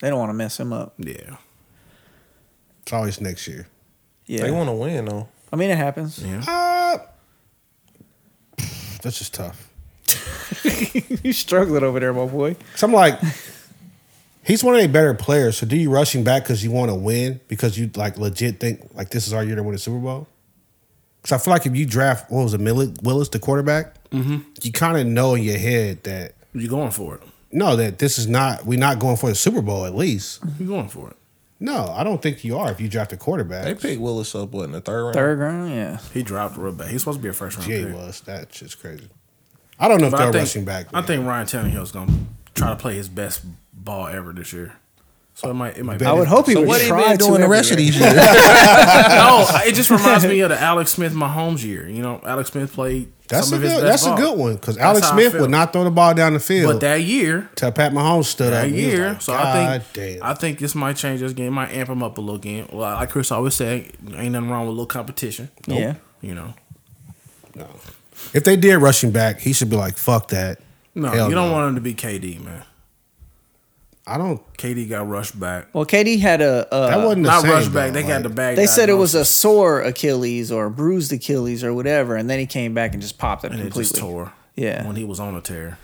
[SPEAKER 3] they don't want to mess him up.
[SPEAKER 2] Yeah.
[SPEAKER 1] It's always next year.
[SPEAKER 3] Yeah.
[SPEAKER 4] They want to win, though.
[SPEAKER 3] I mean, it happens.
[SPEAKER 2] Yeah.
[SPEAKER 1] Uh, that's just tough.
[SPEAKER 3] you struggling over there, my boy.
[SPEAKER 1] So I'm like, he's one of their better players. So do you rush him back because you want to win? Because you like legit think like this is our year to win a Super Bowl? Because I feel like if you draft what was it, Milli- Willis, the quarterback,
[SPEAKER 2] Mm-hmm.
[SPEAKER 1] you kind of know in your head that
[SPEAKER 2] You going for it?
[SPEAKER 1] no, that this is not we're not going for the Super Bowl at least.
[SPEAKER 2] You going for it?
[SPEAKER 1] No, I don't think you are if you draft a
[SPEAKER 4] They
[SPEAKER 1] quarterback.
[SPEAKER 4] picked Willis up, what, in the third round?
[SPEAKER 3] Third round, yeah.
[SPEAKER 2] He dropped real bad. He's supposed to be a first round
[SPEAKER 1] Yeah, he
[SPEAKER 2] pick.
[SPEAKER 1] was. That shit's crazy. I don't know if
[SPEAKER 2] But
[SPEAKER 1] they're
[SPEAKER 2] I think,
[SPEAKER 1] rushing back.
[SPEAKER 2] I think Ryan Tannehill's gonna try to play his best ball ever this year. So it might. It might.
[SPEAKER 3] I
[SPEAKER 2] be.
[SPEAKER 3] would hope he
[SPEAKER 4] So
[SPEAKER 3] would
[SPEAKER 4] what he
[SPEAKER 3] try to
[SPEAKER 4] been doing the
[SPEAKER 3] every
[SPEAKER 4] rest of
[SPEAKER 3] year.
[SPEAKER 4] these years?
[SPEAKER 2] no, it just reminds me of the Alex Smith Mahomes year. You know, Alex Smith played
[SPEAKER 1] that's
[SPEAKER 2] some
[SPEAKER 1] a
[SPEAKER 2] of his
[SPEAKER 1] good.
[SPEAKER 2] best
[SPEAKER 1] That's a
[SPEAKER 2] ball.
[SPEAKER 1] good one because
[SPEAKER 2] That's
[SPEAKER 1] Alex
[SPEAKER 2] how I
[SPEAKER 1] Smith
[SPEAKER 2] feel.
[SPEAKER 1] would not throw the ball down the field.
[SPEAKER 2] But that year,
[SPEAKER 1] till Pat Mahomes stood up.
[SPEAKER 2] that
[SPEAKER 1] and he was
[SPEAKER 2] year,
[SPEAKER 1] like,
[SPEAKER 2] so I
[SPEAKER 1] "God
[SPEAKER 2] think
[SPEAKER 1] damn."
[SPEAKER 2] I think this might change this game. Might amp him up a little game. Well, like Chris always said, ain't nothing wrong with a little competition.
[SPEAKER 3] Yeah.
[SPEAKER 2] You know,
[SPEAKER 1] No. If they did rush him back, he should be like, "Fuck that."
[SPEAKER 2] no,
[SPEAKER 1] Hell
[SPEAKER 2] you don't
[SPEAKER 1] no.
[SPEAKER 2] want him to be KD, man.
[SPEAKER 1] I don't.
[SPEAKER 2] KD got rushed back.
[SPEAKER 3] Well, KD had a. Uh,
[SPEAKER 1] That wasn't the
[SPEAKER 2] Not
[SPEAKER 1] same,
[SPEAKER 2] rushed back.
[SPEAKER 1] though.
[SPEAKER 2] They got
[SPEAKER 1] Like,
[SPEAKER 2] the bag.
[SPEAKER 3] They said it was a
[SPEAKER 2] diagnosis,
[SPEAKER 3] sore Achilles or a bruised Achilles or whatever, and then he came back and just popped it
[SPEAKER 2] and it
[SPEAKER 3] completely.
[SPEAKER 2] just tore.
[SPEAKER 3] Yeah.
[SPEAKER 2] when he was on a tear,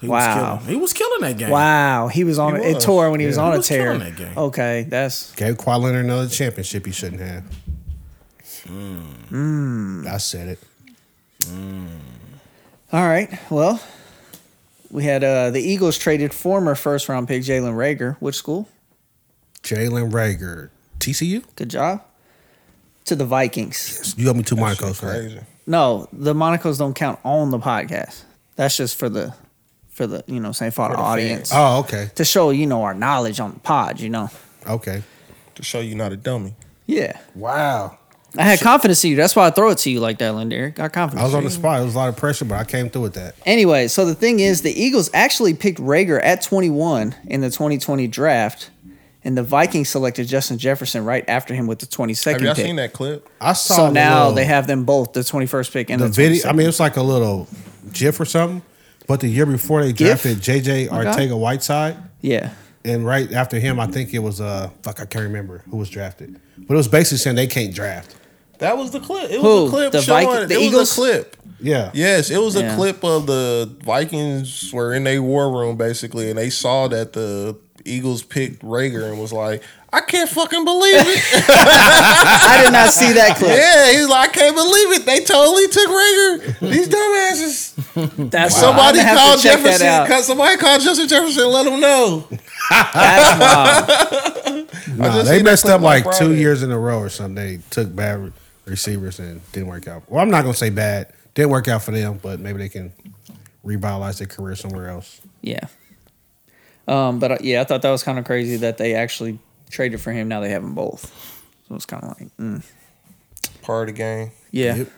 [SPEAKER 2] he
[SPEAKER 3] wow.
[SPEAKER 2] was killing. He was killing that game.
[SPEAKER 3] Wow, he was on
[SPEAKER 4] He
[SPEAKER 3] it
[SPEAKER 4] was.
[SPEAKER 3] tore when he was on
[SPEAKER 2] he
[SPEAKER 3] a
[SPEAKER 2] was
[SPEAKER 3] tear.
[SPEAKER 2] killing that game.
[SPEAKER 3] Okay, that's
[SPEAKER 1] Gave Kawhi Leonard another championship he shouldn't have.
[SPEAKER 2] Hmm.
[SPEAKER 1] I said it.
[SPEAKER 3] all right. Well, we had uh the Eagles traded former first round pick Jalen Rager. Which school?
[SPEAKER 1] Jalen Rager, TCU.
[SPEAKER 3] Good job. To the Vikings.
[SPEAKER 1] You owe me two
[SPEAKER 4] Shit
[SPEAKER 1] Monaco's, right?
[SPEAKER 4] Crazy.
[SPEAKER 3] No, the Monacos don't count on the podcast. That's just for the for the you know saying for, the
[SPEAKER 4] the
[SPEAKER 3] audience
[SPEAKER 1] Oh, okay,
[SPEAKER 3] to show you know our knowledge on the pod. You know.
[SPEAKER 1] okay.
[SPEAKER 4] To show you not a dummy.
[SPEAKER 3] Yeah.
[SPEAKER 1] Wow,
[SPEAKER 3] I had confidence in you. That's why I throw it to you like that, Lindaric. Got confidence.
[SPEAKER 1] I was
[SPEAKER 3] in
[SPEAKER 1] on the
[SPEAKER 3] you.
[SPEAKER 1] spot. It was a lot of pressure, but I came through with that.
[SPEAKER 3] Anyway, so the thing is, the Eagles actually picked Rager at 21 in the 2020 draft, and the Vikings selected Justin Jefferson right after him with the 22nd
[SPEAKER 4] Have y'all
[SPEAKER 3] pick.
[SPEAKER 4] seen that clip?
[SPEAKER 1] I saw.
[SPEAKER 3] So
[SPEAKER 1] the
[SPEAKER 3] now
[SPEAKER 1] little-
[SPEAKER 3] they have them both, the 21st pick and
[SPEAKER 1] the
[SPEAKER 3] the,
[SPEAKER 1] video.
[SPEAKER 3] 22nd.
[SPEAKER 1] I mean, it's like a little GIF or something. But the year before they
[SPEAKER 3] GIF? Oh
[SPEAKER 1] drafted JJ Ortega Whiteside,
[SPEAKER 3] yeah,
[SPEAKER 1] And right after him, I think it was uh fuck I can't remember who was drafted, but it was basically saying they can't draft.
[SPEAKER 4] That was the clip. It was
[SPEAKER 3] Who?
[SPEAKER 4] a clip
[SPEAKER 3] The
[SPEAKER 4] showing.
[SPEAKER 3] Viking- the
[SPEAKER 4] it
[SPEAKER 3] Eagles?
[SPEAKER 4] was a clip.
[SPEAKER 1] Yeah.
[SPEAKER 4] Yes, it was
[SPEAKER 3] Yeah.
[SPEAKER 4] a clip of the Vikings were in their war room basically, and they saw that the Eagles picked Rager and was like, "I can't fucking believe it."
[SPEAKER 3] I did not see that clip.
[SPEAKER 4] yeah, he's like, "I can't believe it. They totally took Rager. These dumbasses."
[SPEAKER 3] That's
[SPEAKER 4] Somebody
[SPEAKER 3] I'm gonna have to
[SPEAKER 4] called
[SPEAKER 3] check that
[SPEAKER 4] Jefferson.
[SPEAKER 3] out.
[SPEAKER 4] Cause somebody called Justin Jefferson. and Let him know.
[SPEAKER 3] That's wild.
[SPEAKER 4] I
[SPEAKER 1] Nah,
[SPEAKER 4] just
[SPEAKER 1] they
[SPEAKER 4] seen that
[SPEAKER 1] messed
[SPEAKER 4] clip
[SPEAKER 1] up
[SPEAKER 4] on
[SPEAKER 1] like
[SPEAKER 4] Friday.
[SPEAKER 1] two years in a row or something. They took bad re- receivers and didn't work out. Well, I'm not gonna say bad. Didn't work out for them, but maybe they can revitalize their career somewhere else.
[SPEAKER 3] Yeah. Um, but uh, yeah, I thought that was kind of crazy that they actually traded for him. Now they have them both. So it's kind of like, mm.
[SPEAKER 4] Part of the game.
[SPEAKER 3] yeah.
[SPEAKER 1] Yep.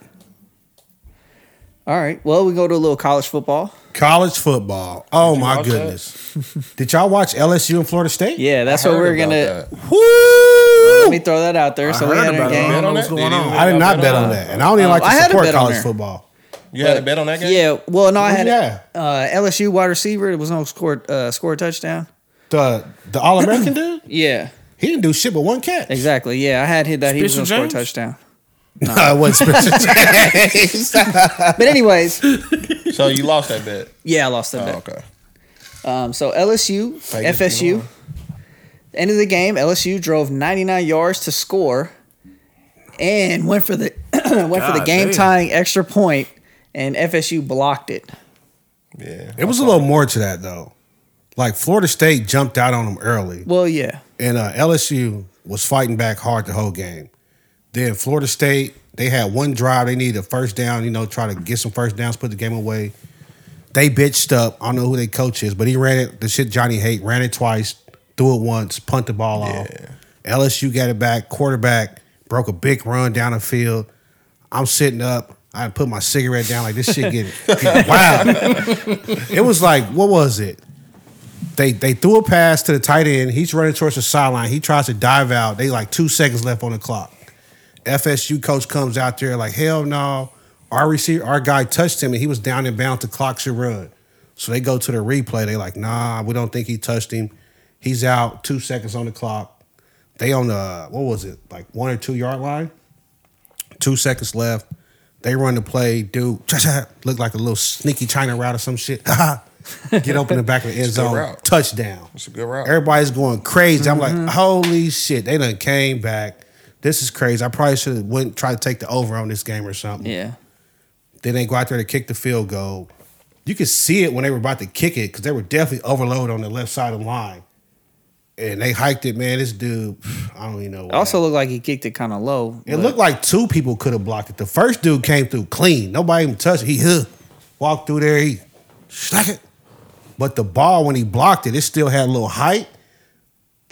[SPEAKER 3] All right. Well, we go to a little college football.
[SPEAKER 1] College football. Oh my
[SPEAKER 4] watch that?
[SPEAKER 1] goodness. Did y'all watch LSU and Florida State?
[SPEAKER 3] Yeah, that's
[SPEAKER 4] I
[SPEAKER 3] what
[SPEAKER 4] heard
[SPEAKER 3] we're
[SPEAKER 4] about
[SPEAKER 3] gonna.
[SPEAKER 4] that.
[SPEAKER 3] Let
[SPEAKER 1] Woo!
[SPEAKER 3] me throw that out there. So we
[SPEAKER 2] heard
[SPEAKER 3] had our
[SPEAKER 2] about it.
[SPEAKER 3] game.
[SPEAKER 2] I don't know
[SPEAKER 4] on
[SPEAKER 2] what's
[SPEAKER 4] that?
[SPEAKER 2] going
[SPEAKER 4] Did
[SPEAKER 2] on.
[SPEAKER 4] you-
[SPEAKER 1] I did not bet on that, and I don't even like
[SPEAKER 3] Uh, I
[SPEAKER 1] to
[SPEAKER 3] had a
[SPEAKER 1] support
[SPEAKER 3] bet on
[SPEAKER 1] college
[SPEAKER 3] there.
[SPEAKER 1] football.
[SPEAKER 4] You had a bet on that game.
[SPEAKER 3] Yeah. Well, no, I had
[SPEAKER 1] Yeah.
[SPEAKER 3] uh, LSU wide receiver. It was no score. Uh, score a touchdown.
[SPEAKER 1] The the All American dude,
[SPEAKER 3] Yeah.
[SPEAKER 1] he didn't do shit but one catch.
[SPEAKER 3] Exactly. Yeah, I had hit that. He was
[SPEAKER 2] Spencer
[SPEAKER 3] gonna score a
[SPEAKER 2] James?
[SPEAKER 3] touchdown.
[SPEAKER 1] No, it wasn't Spencer James.
[SPEAKER 3] But anyways,
[SPEAKER 4] So you lost that bet.
[SPEAKER 3] yeah, I lost that
[SPEAKER 4] Oh,
[SPEAKER 3] bet.
[SPEAKER 4] okay.
[SPEAKER 3] Um, so LSU,
[SPEAKER 4] guess
[SPEAKER 3] FSU.
[SPEAKER 4] you won.
[SPEAKER 3] End of the game, LSU drove 99 yards to score, and went for the went for the
[SPEAKER 2] God
[SPEAKER 3] game
[SPEAKER 2] damn.
[SPEAKER 3] tying extra point, and FSU blocked it.
[SPEAKER 4] Yeah.
[SPEAKER 1] It was a little more to that though. Like Florida State jumped out on them early,
[SPEAKER 3] Well, yeah,
[SPEAKER 1] and uh, LSU was fighting back hard the whole game. Then Florida State, they had one drive. They needed a first down. You know, try to get some first downs, put the game away. They bitched up. I don't know who their coach is, but he ran it. The shit Johnny hate ran it twice, threw it once, punt the ball off. LSU got it back. Quarterback broke a big run down the field. I'm sitting up. I put my cigarette down like this shit getting, getting wild. It was like, what was it? They they threw a pass to the tight end. He's running towards the sideline. He tries to dive out. They like two seconds left on the clock. FSU coach comes out there like, hell no. Our receiver, our guy touched him and he was down and bound. The clock should run. So they go to the replay. They like, nah, we don't think he touched him. He's out. Two seconds on the clock. They on the what was it? Like one or two yard line. Two seconds left. They run the play. Dude, look like a little sneaky China route or some shit. Get up in the back of the end
[SPEAKER 4] a good
[SPEAKER 1] zone.
[SPEAKER 4] route.
[SPEAKER 1] Touchdown.
[SPEAKER 4] It's a good route.
[SPEAKER 1] Everybody's going crazy. I'm
[SPEAKER 3] Mm-hmm.
[SPEAKER 1] like, holy shit, they done came back. This is crazy. I probably should have went try to take the over on this game or something.
[SPEAKER 3] yeah,
[SPEAKER 1] Then they go out there to kick the field goal. You could see it when they were about to kick it because they were definitely overloaded on the left side of the line. And they hiked it, man. This dude, I don't even know. what
[SPEAKER 3] also
[SPEAKER 1] happened.
[SPEAKER 3] looked like he kicked it kind of low.
[SPEAKER 1] it looked like two people could have blocked it. The first dude came through clean. Nobody even touched it. He huh, walked through there. He stuck it. But the ball, when he blocked it, it still had a little height.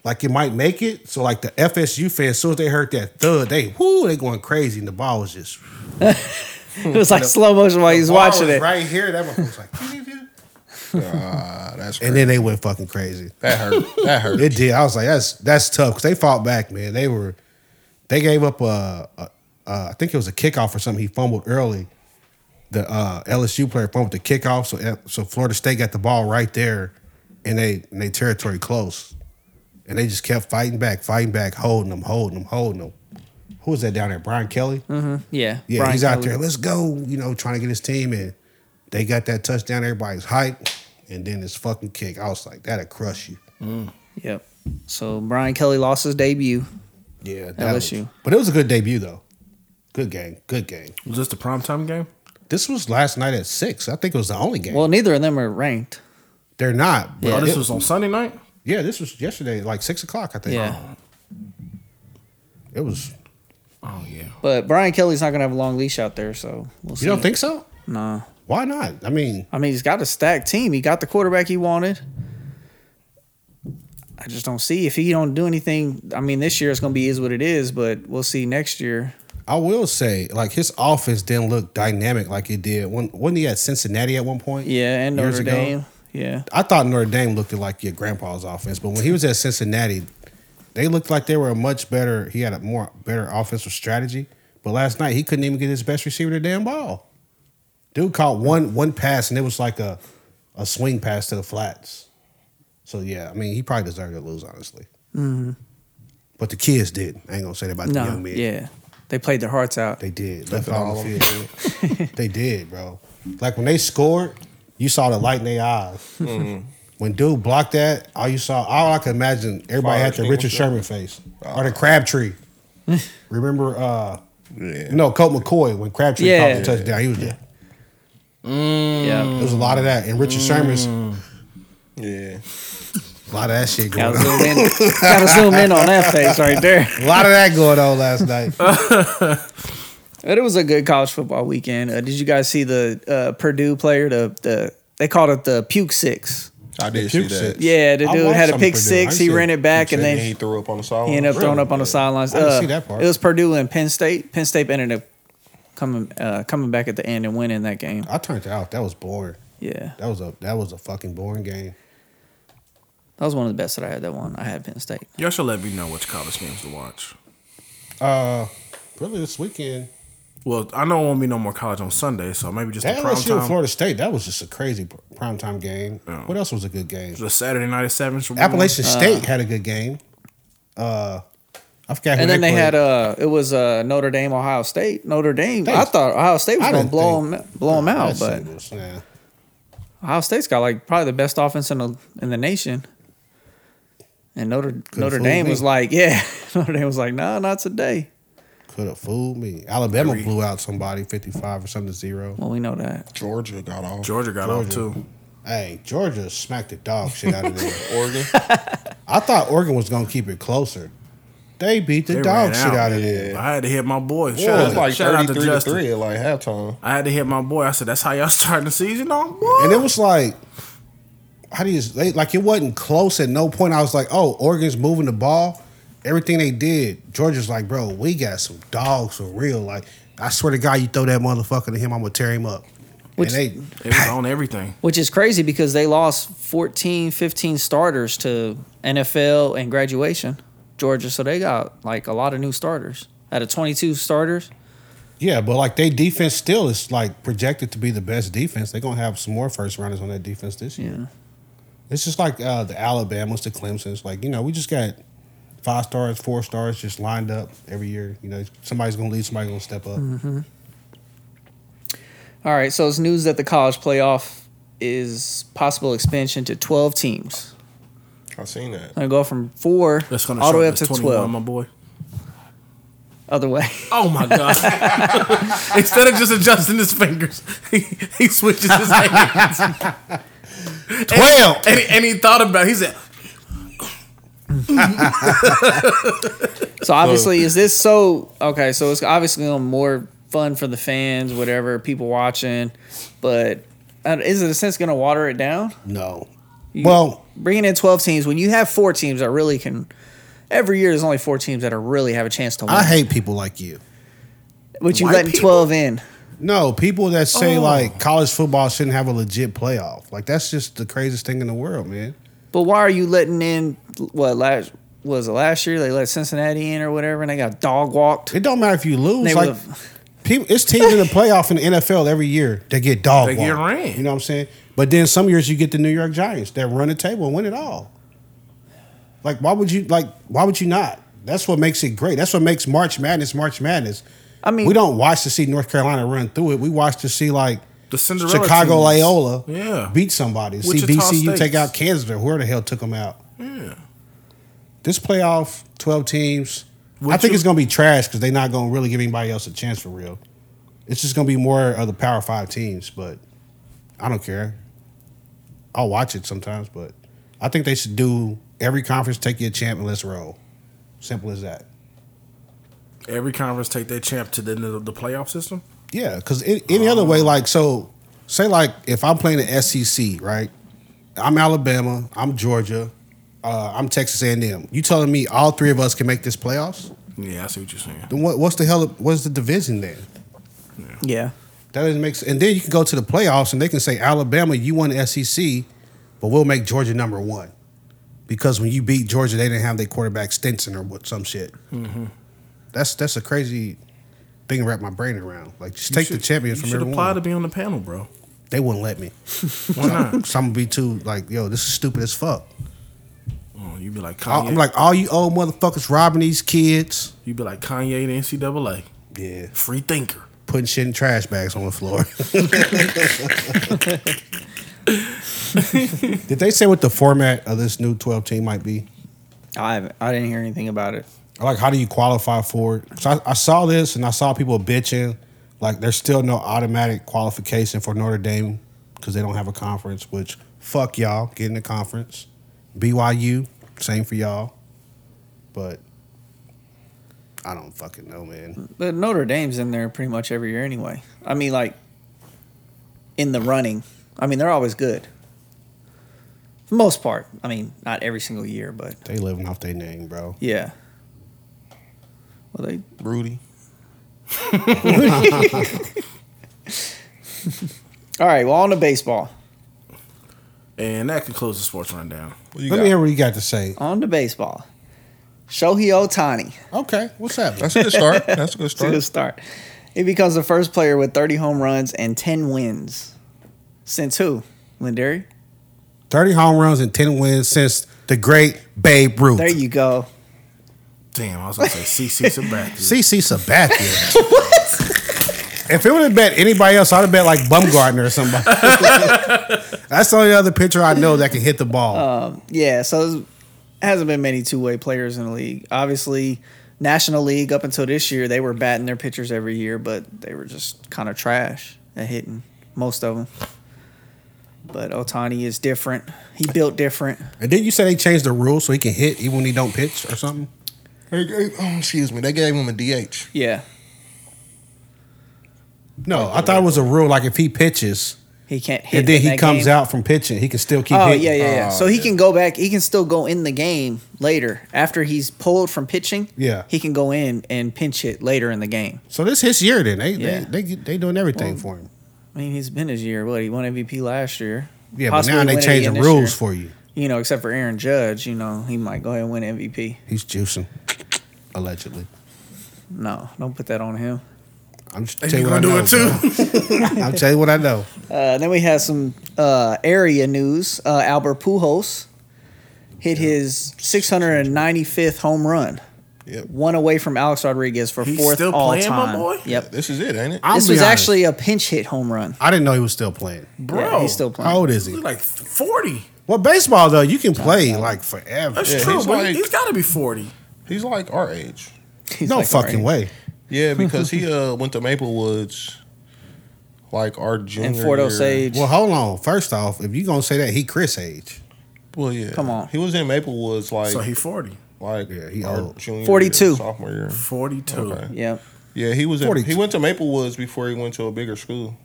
[SPEAKER 1] Like it might make it. So like the FSU fans, as soon as they heard that thud, they whoo, they going crazy. And the ball was just
[SPEAKER 3] it was like slow motion while he was
[SPEAKER 1] ball
[SPEAKER 3] watching
[SPEAKER 1] was
[SPEAKER 3] it.
[SPEAKER 1] right here. That one was like,
[SPEAKER 4] Ah, that's
[SPEAKER 1] and
[SPEAKER 4] crazy.
[SPEAKER 1] then they went fucking crazy.
[SPEAKER 4] that hurt. That hurt.
[SPEAKER 1] It did. I was like, that's that's tough because they fought back, man. They were, they gave up a, a, a, I think it was a kickoff or something. He fumbled early. The uh, LSU player fumbled the kickoff, so F- so Florida State got the ball right there, and they in they territory close, and they just kept fighting back, fighting back, holding them, holding them, holding them. Who was that down there? Brian Kelly.
[SPEAKER 3] Yeah,
[SPEAKER 1] Yeah,
[SPEAKER 3] Brian
[SPEAKER 1] he's out
[SPEAKER 3] Kelly.
[SPEAKER 1] there. Let's go. You know, trying to get his team in. They got that touchdown. Everybody's hyped, and then this fucking kick. I was like, that'll crush you.
[SPEAKER 3] Yep. So Brian Kelly lost his debut.
[SPEAKER 1] Yeah, that
[SPEAKER 3] LSU.
[SPEAKER 1] was- but it was a good debut though. Good game. Good game.
[SPEAKER 2] Was this the primetime game?
[SPEAKER 1] This was last night at six. I think it was the only game.
[SPEAKER 3] Well, neither of them are ranked.
[SPEAKER 1] They're not. But
[SPEAKER 2] Oh,
[SPEAKER 1] yeah,
[SPEAKER 2] this
[SPEAKER 1] this
[SPEAKER 2] was on Sunday night.
[SPEAKER 1] yeah, this was yesterday, like six o'clock. I think. Oh,
[SPEAKER 3] Yeah.
[SPEAKER 1] It was.
[SPEAKER 2] Oh yeah.
[SPEAKER 3] But Brian Kelly's not gonna have a long leash out there, so we'll see.
[SPEAKER 1] You don't think so?
[SPEAKER 3] Nah.
[SPEAKER 1] Why not? I mean,
[SPEAKER 3] I mean, he's got a stacked team. He got the quarterback he wanted. I just don't see if he don't do anything. I mean, this year it's gonna be is what it is, but we'll see next year.
[SPEAKER 1] I will say, like his offense didn't look dynamic like it did when wasn't he at Cincinnati at one point?
[SPEAKER 3] Yeah, and Notre
[SPEAKER 1] Years ago?
[SPEAKER 3] Dame. Yeah,
[SPEAKER 1] I thought Notre Dame looked like your grandpa's offense, but when he was at Cincinnati, they looked like they were a much better. He had a more better offensive strategy. But last night he couldn't even get his best receiver the damn ball. Dude caught one one pass and it was like a a swing pass to the flats. So yeah, I mean he probably deserved to lose honestly. But the kids did. I ain't gonna say that about the
[SPEAKER 3] Mm-hmm. no,
[SPEAKER 1] young men.
[SPEAKER 3] yeah, They played their hearts out.
[SPEAKER 1] They did. Left it
[SPEAKER 4] all
[SPEAKER 1] all on the
[SPEAKER 4] of
[SPEAKER 1] field. they did, bro. Like when they scored, you saw the light in their eyes. When dude blocked that, all you saw, all I could imagine, everybody
[SPEAKER 4] Fire
[SPEAKER 1] had the Richard
[SPEAKER 4] extinguisher.
[SPEAKER 1] Sherman face or the Crabtree. Remember, uh,
[SPEAKER 4] Yeah.
[SPEAKER 1] no, Colt McCoy when Crabtree
[SPEAKER 3] Yeah.
[SPEAKER 1] caught the touchdown, he was there.
[SPEAKER 3] Yeah.
[SPEAKER 1] There was a lot of that, and Richard Sherman's a
[SPEAKER 4] Yeah.
[SPEAKER 1] lot of that shit going
[SPEAKER 3] Gotta
[SPEAKER 1] on.
[SPEAKER 3] zoom in. Gotta zoom in on that face right there.
[SPEAKER 1] A lot of that going on last night.
[SPEAKER 3] But it was a good college football weekend. Uh, did you guys see the uh, Purdue player? The the they called it the puke six.
[SPEAKER 4] I did see
[SPEAKER 1] puke
[SPEAKER 4] that.
[SPEAKER 1] six.
[SPEAKER 3] Yeah, the
[SPEAKER 1] I
[SPEAKER 3] dude
[SPEAKER 1] watched
[SPEAKER 3] had a
[SPEAKER 1] some
[SPEAKER 3] pick
[SPEAKER 1] Purdue.
[SPEAKER 3] six.
[SPEAKER 1] I
[SPEAKER 3] He
[SPEAKER 1] see
[SPEAKER 3] ran it back, and
[SPEAKER 4] then
[SPEAKER 3] then
[SPEAKER 4] he threw up on the sideline.
[SPEAKER 3] he ended up throwing up on the sidelines.
[SPEAKER 1] I didn't
[SPEAKER 3] Uh,
[SPEAKER 1] see that part.
[SPEAKER 3] It was Purdue and Penn State. Penn State ended up coming uh, coming back at the end and winning that game.
[SPEAKER 1] I turned out. That was boring.
[SPEAKER 3] Yeah,
[SPEAKER 1] That was a that was a fucking boring game.
[SPEAKER 3] that was one of the best that I had. That one I had Penn State.
[SPEAKER 2] Y'all should let me know which college games to watch.
[SPEAKER 1] Uh, really, this weekend.
[SPEAKER 2] Well, I know it won't be no more college on Sunday, so maybe just
[SPEAKER 1] That
[SPEAKER 2] the prime
[SPEAKER 1] LSU and
[SPEAKER 2] time.
[SPEAKER 1] Florida State, that was just a crazy pr- primetime game. What else was a good game?
[SPEAKER 2] The Saturday night at seven. should we
[SPEAKER 1] Appalachian
[SPEAKER 3] Uh,
[SPEAKER 1] State had a good game. Uh, I forgot. Who
[SPEAKER 3] And then they
[SPEAKER 1] played.
[SPEAKER 3] had uh, it was uh, Notre Dame, Ohio State. Notre Dame. I
[SPEAKER 1] Thanks.
[SPEAKER 3] thought Ohio State was
[SPEAKER 1] I
[SPEAKER 3] gonna
[SPEAKER 1] didn't
[SPEAKER 3] blow
[SPEAKER 1] think-
[SPEAKER 3] them blow them out,
[SPEAKER 1] That
[SPEAKER 3] but
[SPEAKER 1] shit was- yeah.
[SPEAKER 3] Ohio State's got like probably the best offense in the in the nation. And Notre Notre
[SPEAKER 1] fool
[SPEAKER 3] Dame
[SPEAKER 1] me.
[SPEAKER 3] was like, yeah, Notre Dame was like, no, not today.
[SPEAKER 1] could have fooled me. Alabama blew out somebody fifty-five or something to zero.
[SPEAKER 3] Well, we know that.
[SPEAKER 4] Georgia got off.
[SPEAKER 2] Georgia got off too.
[SPEAKER 1] Hey, Georgia smacked the dog shit out of there.
[SPEAKER 4] Oregon.
[SPEAKER 1] I thought Oregon was gonna keep it closer. They beat the
[SPEAKER 2] They
[SPEAKER 1] dog
[SPEAKER 2] ran
[SPEAKER 1] shit out of there.
[SPEAKER 2] I had to hit my boy.
[SPEAKER 4] Yeah,
[SPEAKER 2] Shout,
[SPEAKER 4] it was
[SPEAKER 2] out,
[SPEAKER 4] like
[SPEAKER 2] shout out to
[SPEAKER 4] 33 to
[SPEAKER 2] Justin.
[SPEAKER 4] 3 at like halftime.
[SPEAKER 2] I had to hit my boy. I said, "That's how y'all starting the season off." What?
[SPEAKER 1] And it was like, how do you they, like? It wasn't close at no point. I was like, oh, Oregon's moving the ball. Everything they did, Georgia's like, bro, we got some dogs for real. Like, I swear to God, you throw that motherfucker to him, I'm gonna tear him up.
[SPEAKER 3] Which-
[SPEAKER 1] and
[SPEAKER 2] It was on everything.
[SPEAKER 3] Which is crazy because they lost 14, 15 starters to NFL and graduation, Georgia. So they got like a lot of new starters. Out of 22 starters,
[SPEAKER 1] they, yeah, but like they defense still is like projected to be the best defense. They're gonna have some more first rounders on that defense this year.
[SPEAKER 3] yeah.
[SPEAKER 1] It's just like uh, the Alabamas, the Clemson's. Like you know, we just got five stars, four stars, just lined up every year. You know, somebody's gonna lead, somebody's gonna step up.
[SPEAKER 3] Mm-hmm. All right, so it's news that the college playoff is possible expansion to 12 teams.
[SPEAKER 4] I seen that.
[SPEAKER 3] They're going to go from four
[SPEAKER 2] That's gonna
[SPEAKER 3] all the
[SPEAKER 2] show
[SPEAKER 3] way up
[SPEAKER 2] us
[SPEAKER 3] to
[SPEAKER 2] 21,
[SPEAKER 3] 12.
[SPEAKER 2] my boy.
[SPEAKER 3] Other way.
[SPEAKER 2] Oh my god! Instead of just adjusting his fingers, he, he switches his hands.
[SPEAKER 1] Twelve.
[SPEAKER 2] and, he- and he thought about. It. He said,
[SPEAKER 3] So obviously, is this so okay? So it's obviously gonna be more fun for the fans, whatever people watching, but uh, is it a sense gonna water it down?
[SPEAKER 1] No. well,
[SPEAKER 3] Bringing in twelve teams when you have four teams that really can. Every year, there's only four teams that are really have a chance to win.
[SPEAKER 1] I hate people like you.
[SPEAKER 3] but you
[SPEAKER 2] white
[SPEAKER 3] letting
[SPEAKER 2] people?
[SPEAKER 3] twelve in.
[SPEAKER 1] No, people that say like college football shouldn't have a legit playoff. Like that's just the craziest thing in the world, man.
[SPEAKER 3] But why are you letting in what last was it last year? They let Cincinnati in or whatever, and they got dog walked.
[SPEAKER 1] It don't matter if you lose.
[SPEAKER 3] They
[SPEAKER 1] like
[SPEAKER 3] would've-
[SPEAKER 1] people, it's teams in the playoff in the NFL every year that get dog.
[SPEAKER 2] They get
[SPEAKER 1] walked.
[SPEAKER 2] ran.
[SPEAKER 1] You know what I'm saying? But then some years you get the New York Giants that run the table and win it all. Like why would you like why would you not? That's what makes it great. That's what makes March Madness March Madness.
[SPEAKER 3] I mean-
[SPEAKER 1] we don't watch to see North Carolina run through it. We watch to see like
[SPEAKER 2] The Cinderella
[SPEAKER 1] Chicago
[SPEAKER 2] teams.
[SPEAKER 1] Loyola
[SPEAKER 2] Yeah.
[SPEAKER 1] beat somebody. see
[SPEAKER 2] Wichita
[SPEAKER 1] BCU
[SPEAKER 2] State.
[SPEAKER 1] take out Kansas or whoever the hell took them out.
[SPEAKER 2] "Yeah,
[SPEAKER 1] This playoff, twelve teams. I
[SPEAKER 2] Would
[SPEAKER 1] think
[SPEAKER 2] you-
[SPEAKER 1] it's gonna be trash because they're not gonna really give anybody else a chance for real. It's just gonna be more of the Power Five teams, but I don't care. I'll watch it sometimes, but I think they should do every conference take your champ and let's roll. Simple as that.
[SPEAKER 2] every conference take their champ to the end of the playoff system."
[SPEAKER 1] Yeah, because any other way, like so, say like if I'm playing the SEC, right? I'm Alabama, I'm Georgia, uh, I'm Texas A&M. You telling me all three of us can make this playoffs?
[SPEAKER 2] Yeah, I see what you're saying.
[SPEAKER 1] Then what, what's the hell? What's the division then?
[SPEAKER 3] Yeah,
[SPEAKER 1] That doesn't make sense. And then you can go to the playoffs and they can say Alabama, you won the SEC, but we'll make Georgia number one because when you beat Georgia, they didn't have their quarterback Stinson or what some shit.
[SPEAKER 2] Mm-hmm.
[SPEAKER 1] That's that's a crazy thing to wrap my brain around. Like just take the champions
[SPEAKER 2] you
[SPEAKER 1] from
[SPEAKER 2] should
[SPEAKER 1] everyone.
[SPEAKER 2] apply to be on the panel, bro.
[SPEAKER 1] they wouldn't let me.
[SPEAKER 2] Why not?
[SPEAKER 1] So I'm gonna be too like, yo, this is stupid as fuck.
[SPEAKER 2] Oh, you'd be like
[SPEAKER 1] I-
[SPEAKER 2] Kanye.
[SPEAKER 1] I'm like, all you old motherfuckers robbing these kids.
[SPEAKER 2] you'd be like Kanye to NCAA.
[SPEAKER 1] Yeah.
[SPEAKER 2] Free thinker.
[SPEAKER 1] Putting shit in trash bags on the floor. Did they say what the format of this new 12 team might be?
[SPEAKER 3] I haven't. I didn't hear anything about it.
[SPEAKER 1] Like, how do you qualify for it? 'Cause I, I saw this and I saw people bitching. Like, there's still no automatic qualification for Notre Dame because they don't have a conference, which fuck y'all, get in the conference. BYU, same for y'all. But I don't fucking know, man.
[SPEAKER 3] But Notre Dame's in there pretty much every year anyway. I mean, like in the running. I mean, they're always good. For the most part. I mean, not every single year, but
[SPEAKER 1] They living off their name, bro.
[SPEAKER 3] yeah. Well, they
[SPEAKER 4] Rudy.
[SPEAKER 3] all right. Well, on to baseball.
[SPEAKER 2] And that concludes the sports rundown.
[SPEAKER 4] What you
[SPEAKER 1] Let
[SPEAKER 4] got?
[SPEAKER 1] me hear what you got to say.
[SPEAKER 3] On to baseball. Shohei Otani.
[SPEAKER 1] Okay, what's happening?
[SPEAKER 4] That's a good start. That's a good
[SPEAKER 3] It's a good
[SPEAKER 4] start.
[SPEAKER 3] start. He becomes the first player with 30 home runs and 10 wins. Since who? Lindari?
[SPEAKER 1] 30 home runs and 10 wins since the great Babe Ruth.
[SPEAKER 3] There you go.
[SPEAKER 2] Damn, I was gonna say CC Sabathia.
[SPEAKER 1] CC Sabathia. If it would have bet anybody else, I'd have bet like Bumgarner or somebody. That's the only other pitcher I know that can hit the
[SPEAKER 3] Uh.
[SPEAKER 1] ball.
[SPEAKER 3] Yeah, so there's- hasn't been many two way players in the league. Obviously, National League up until this year, they were batting their pitchers every year, but they were just kind of trash at hitting most of them. But Otani is different. He built different.
[SPEAKER 1] and didn't you say they changed the rules so he can hit even when he don't pitch or something?
[SPEAKER 4] They gave- oh, excuse me. They gave him a DH.
[SPEAKER 3] Yeah,
[SPEAKER 1] No, I thought it was a rule like if he pitches
[SPEAKER 3] he can't hit.
[SPEAKER 1] and then
[SPEAKER 3] in
[SPEAKER 1] he
[SPEAKER 3] that
[SPEAKER 1] comes
[SPEAKER 3] game.
[SPEAKER 1] out from pitching, he can still keep
[SPEAKER 3] Oh
[SPEAKER 1] hitting.
[SPEAKER 3] yeah, yeah, yeah.
[SPEAKER 4] Oh,
[SPEAKER 3] so he
[SPEAKER 4] yeah.
[SPEAKER 3] can go back. He can still go in the game later after he's pulled from pitching.
[SPEAKER 1] Yeah.
[SPEAKER 3] he can go in and pinch hit later in the game.
[SPEAKER 1] So this his year then. They
[SPEAKER 3] Yeah.
[SPEAKER 1] they, they they doing everything for him.
[SPEAKER 3] I mean, he's been his year. What he won MVP last year.
[SPEAKER 1] Yeah, but now
[SPEAKER 3] Possibly
[SPEAKER 1] they
[SPEAKER 3] win it
[SPEAKER 1] changing
[SPEAKER 3] again this
[SPEAKER 1] rules
[SPEAKER 3] year.
[SPEAKER 1] for you.
[SPEAKER 3] you know, except for Aaron Judge, you know, he might go ahead and win MVP.
[SPEAKER 1] He's juicing, allegedly.
[SPEAKER 3] No, don't put that on him.
[SPEAKER 1] I'm just
[SPEAKER 2] And
[SPEAKER 1] telling you
[SPEAKER 2] you
[SPEAKER 1] what I
[SPEAKER 2] gonna
[SPEAKER 1] know.
[SPEAKER 2] do
[SPEAKER 1] bro. I'm telling you what I know.
[SPEAKER 3] Uh, then we have some uh, area news. Uh, Albert Pujols hit his 695th home run,
[SPEAKER 4] Yep.
[SPEAKER 3] one away from Alex Rodriguez for
[SPEAKER 2] He's
[SPEAKER 3] fourth
[SPEAKER 2] still
[SPEAKER 3] all
[SPEAKER 2] playing, my
[SPEAKER 3] time.
[SPEAKER 2] boy?
[SPEAKER 3] Yep.
[SPEAKER 4] This is it, ain't it?
[SPEAKER 1] I'll
[SPEAKER 3] this
[SPEAKER 1] be
[SPEAKER 3] was
[SPEAKER 1] honest.
[SPEAKER 3] actually a pinch hit home run.
[SPEAKER 1] I didn't know he was still playing.
[SPEAKER 2] Bro,
[SPEAKER 3] Yeah, he's still playing.
[SPEAKER 1] How old is
[SPEAKER 2] he's
[SPEAKER 1] he?
[SPEAKER 2] like forty.
[SPEAKER 1] Well, baseball though, you can play like forever.
[SPEAKER 2] That's
[SPEAKER 4] Yeah,
[SPEAKER 2] true,
[SPEAKER 4] he's
[SPEAKER 2] but
[SPEAKER 4] like-
[SPEAKER 2] he's gotta be forty.
[SPEAKER 4] He's like our age.
[SPEAKER 3] He's
[SPEAKER 1] No
[SPEAKER 3] like, all
[SPEAKER 1] fucking
[SPEAKER 3] right.
[SPEAKER 1] way.
[SPEAKER 4] Yeah, because he uh went to Maple Woods, like our junior.
[SPEAKER 3] And Fort
[SPEAKER 4] year.
[SPEAKER 3] Osage.
[SPEAKER 1] Well, hold on. First off, if you gonna say that, he Chris age.
[SPEAKER 4] Well, yeah.
[SPEAKER 3] Come on.
[SPEAKER 4] He was in Maple Woods like
[SPEAKER 2] So he forty.
[SPEAKER 4] like
[SPEAKER 1] Yeah, he
[SPEAKER 4] our
[SPEAKER 1] old.
[SPEAKER 4] junior
[SPEAKER 3] 42.
[SPEAKER 4] year, sophomore year.
[SPEAKER 2] Forty two.
[SPEAKER 4] Okay.
[SPEAKER 3] Yep.
[SPEAKER 4] Yeah, he was. In,
[SPEAKER 1] 42.
[SPEAKER 4] he went to Maple Woods before he went to a bigger school.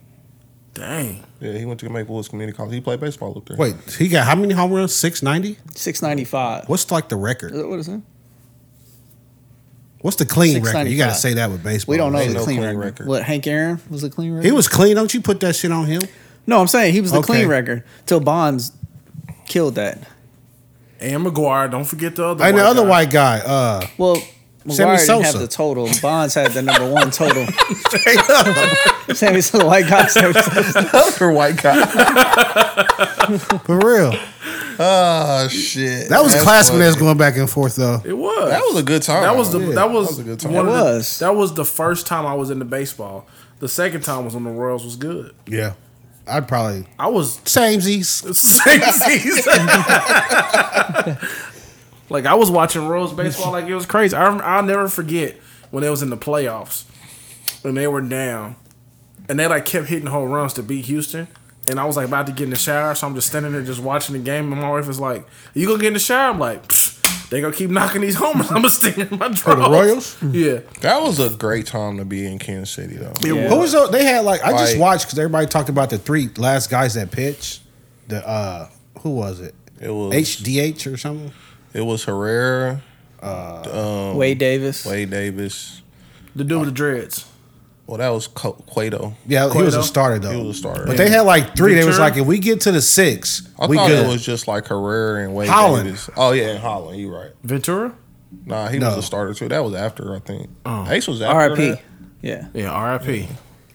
[SPEAKER 2] Dang.
[SPEAKER 4] Yeah, he went to Maple Woods Community College. He played baseball up there.
[SPEAKER 1] Wait, he got how many home runs? Six ninety.
[SPEAKER 3] 695.
[SPEAKER 1] What's like the
[SPEAKER 3] Is
[SPEAKER 1] record?
[SPEAKER 3] that What is it?
[SPEAKER 1] What's the clean record? You got to
[SPEAKER 3] 695.
[SPEAKER 1] say that with baseball.
[SPEAKER 3] We don't know
[SPEAKER 1] Right?
[SPEAKER 3] the
[SPEAKER 4] Ain't no
[SPEAKER 3] clean,
[SPEAKER 4] clean
[SPEAKER 3] record.
[SPEAKER 4] record.
[SPEAKER 3] What, Hank Aaron was the clean record?
[SPEAKER 1] He was clean. Don't you put that shit on him?
[SPEAKER 3] No, I'm saying he was the
[SPEAKER 1] Okay.
[SPEAKER 3] clean record till Bonds killed that.
[SPEAKER 2] And McGuire, don't forget the other
[SPEAKER 1] and the
[SPEAKER 2] white
[SPEAKER 1] other
[SPEAKER 2] guy.
[SPEAKER 1] white guy. Uh,
[SPEAKER 3] Well,
[SPEAKER 1] Sammy
[SPEAKER 3] McGuire didn't
[SPEAKER 1] Sosa.
[SPEAKER 3] have the total. Bonds had the number one total. Sammy Sosa, white guy. Sammy Sosa.
[SPEAKER 4] Other white guy.
[SPEAKER 1] for real.
[SPEAKER 4] oh shit.
[SPEAKER 1] That was a
[SPEAKER 4] That's
[SPEAKER 1] classic when
[SPEAKER 4] funny.
[SPEAKER 1] they was going back and forth though.
[SPEAKER 2] It was.
[SPEAKER 4] That was a good time.
[SPEAKER 2] That was the
[SPEAKER 4] Yeah,
[SPEAKER 2] that was,
[SPEAKER 4] a good time.
[SPEAKER 2] one
[SPEAKER 3] It
[SPEAKER 2] of the-
[SPEAKER 3] was.
[SPEAKER 2] that was the first time I was into baseball. The second time was when the Royals was good.
[SPEAKER 1] Yeah, I'd probably
[SPEAKER 2] I was
[SPEAKER 1] samesies.
[SPEAKER 2] same season. like I was watching Royals baseball like it was crazy. I rem- I'll never forget when they was in the playoffs and they were down and they like kept hitting home runs to beat Houston. And I was like about to get in the shower, so I'm just standing there just watching the game. And my wife is like, "You gonna get in the shower?" I'm like, Psh, "They gonna keep knocking these homers." I'm gonna stick in my drawers.
[SPEAKER 1] Royals?
[SPEAKER 2] yeah.
[SPEAKER 4] That was a great time to be in Kansas City though.
[SPEAKER 2] It
[SPEAKER 1] Who was the, they had like I just
[SPEAKER 4] Like-
[SPEAKER 1] watched because everybody talked about the three last guys that pitched. The uh who was it?
[SPEAKER 4] It was
[SPEAKER 1] HDH or something?
[SPEAKER 4] it was Herrera,
[SPEAKER 1] Uh,
[SPEAKER 4] um,
[SPEAKER 3] Wade Davis.
[SPEAKER 4] Wade Davis.
[SPEAKER 2] The dude with the dreads.
[SPEAKER 4] Well, that was Co- Cueto.
[SPEAKER 1] Yeah, he was a
[SPEAKER 2] Cueto?
[SPEAKER 1] starter though.
[SPEAKER 4] He was a starter.
[SPEAKER 1] But they had like three. They was
[SPEAKER 2] Ventura?
[SPEAKER 1] like, if we get to the six,
[SPEAKER 4] I
[SPEAKER 1] we
[SPEAKER 4] thought
[SPEAKER 1] good.
[SPEAKER 4] it was just like Herrera and Wade
[SPEAKER 1] Holland.
[SPEAKER 4] Davis. Oh yeah, and Holland. You right?
[SPEAKER 2] Ventura?
[SPEAKER 4] Nah, he
[SPEAKER 1] No. Oh.
[SPEAKER 4] was a starter too. That was after I think. Ace was after.
[SPEAKER 3] RIP.
[SPEAKER 4] that.
[SPEAKER 3] Yeah.
[SPEAKER 2] Yeah, RIP.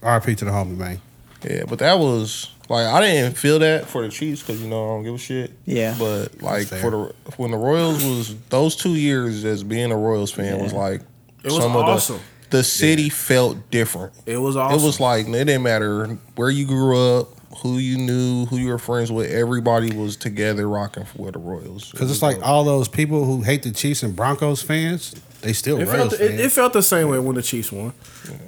[SPEAKER 1] RP to the homie, man.
[SPEAKER 4] Yeah, but that was like I didn't feel that for the Chiefs because you know I don't give a shit.
[SPEAKER 3] Yeah.
[SPEAKER 4] But like
[SPEAKER 1] fair.
[SPEAKER 4] for the when the Royals was those two years as being a Royals fan was like
[SPEAKER 2] It was
[SPEAKER 4] some
[SPEAKER 2] awesome.
[SPEAKER 4] of the city felt different.
[SPEAKER 2] It was awesome.
[SPEAKER 4] It was like it didn't matter where you grew up, who you knew, who you were friends with. Everybody was together rocking for the Royals.
[SPEAKER 1] Because it's like all those people who hate the Chiefs and Broncos fans, they still
[SPEAKER 2] It
[SPEAKER 1] Royals
[SPEAKER 2] felt, it,
[SPEAKER 1] fans.
[SPEAKER 2] it felt the same way when the Chiefs won.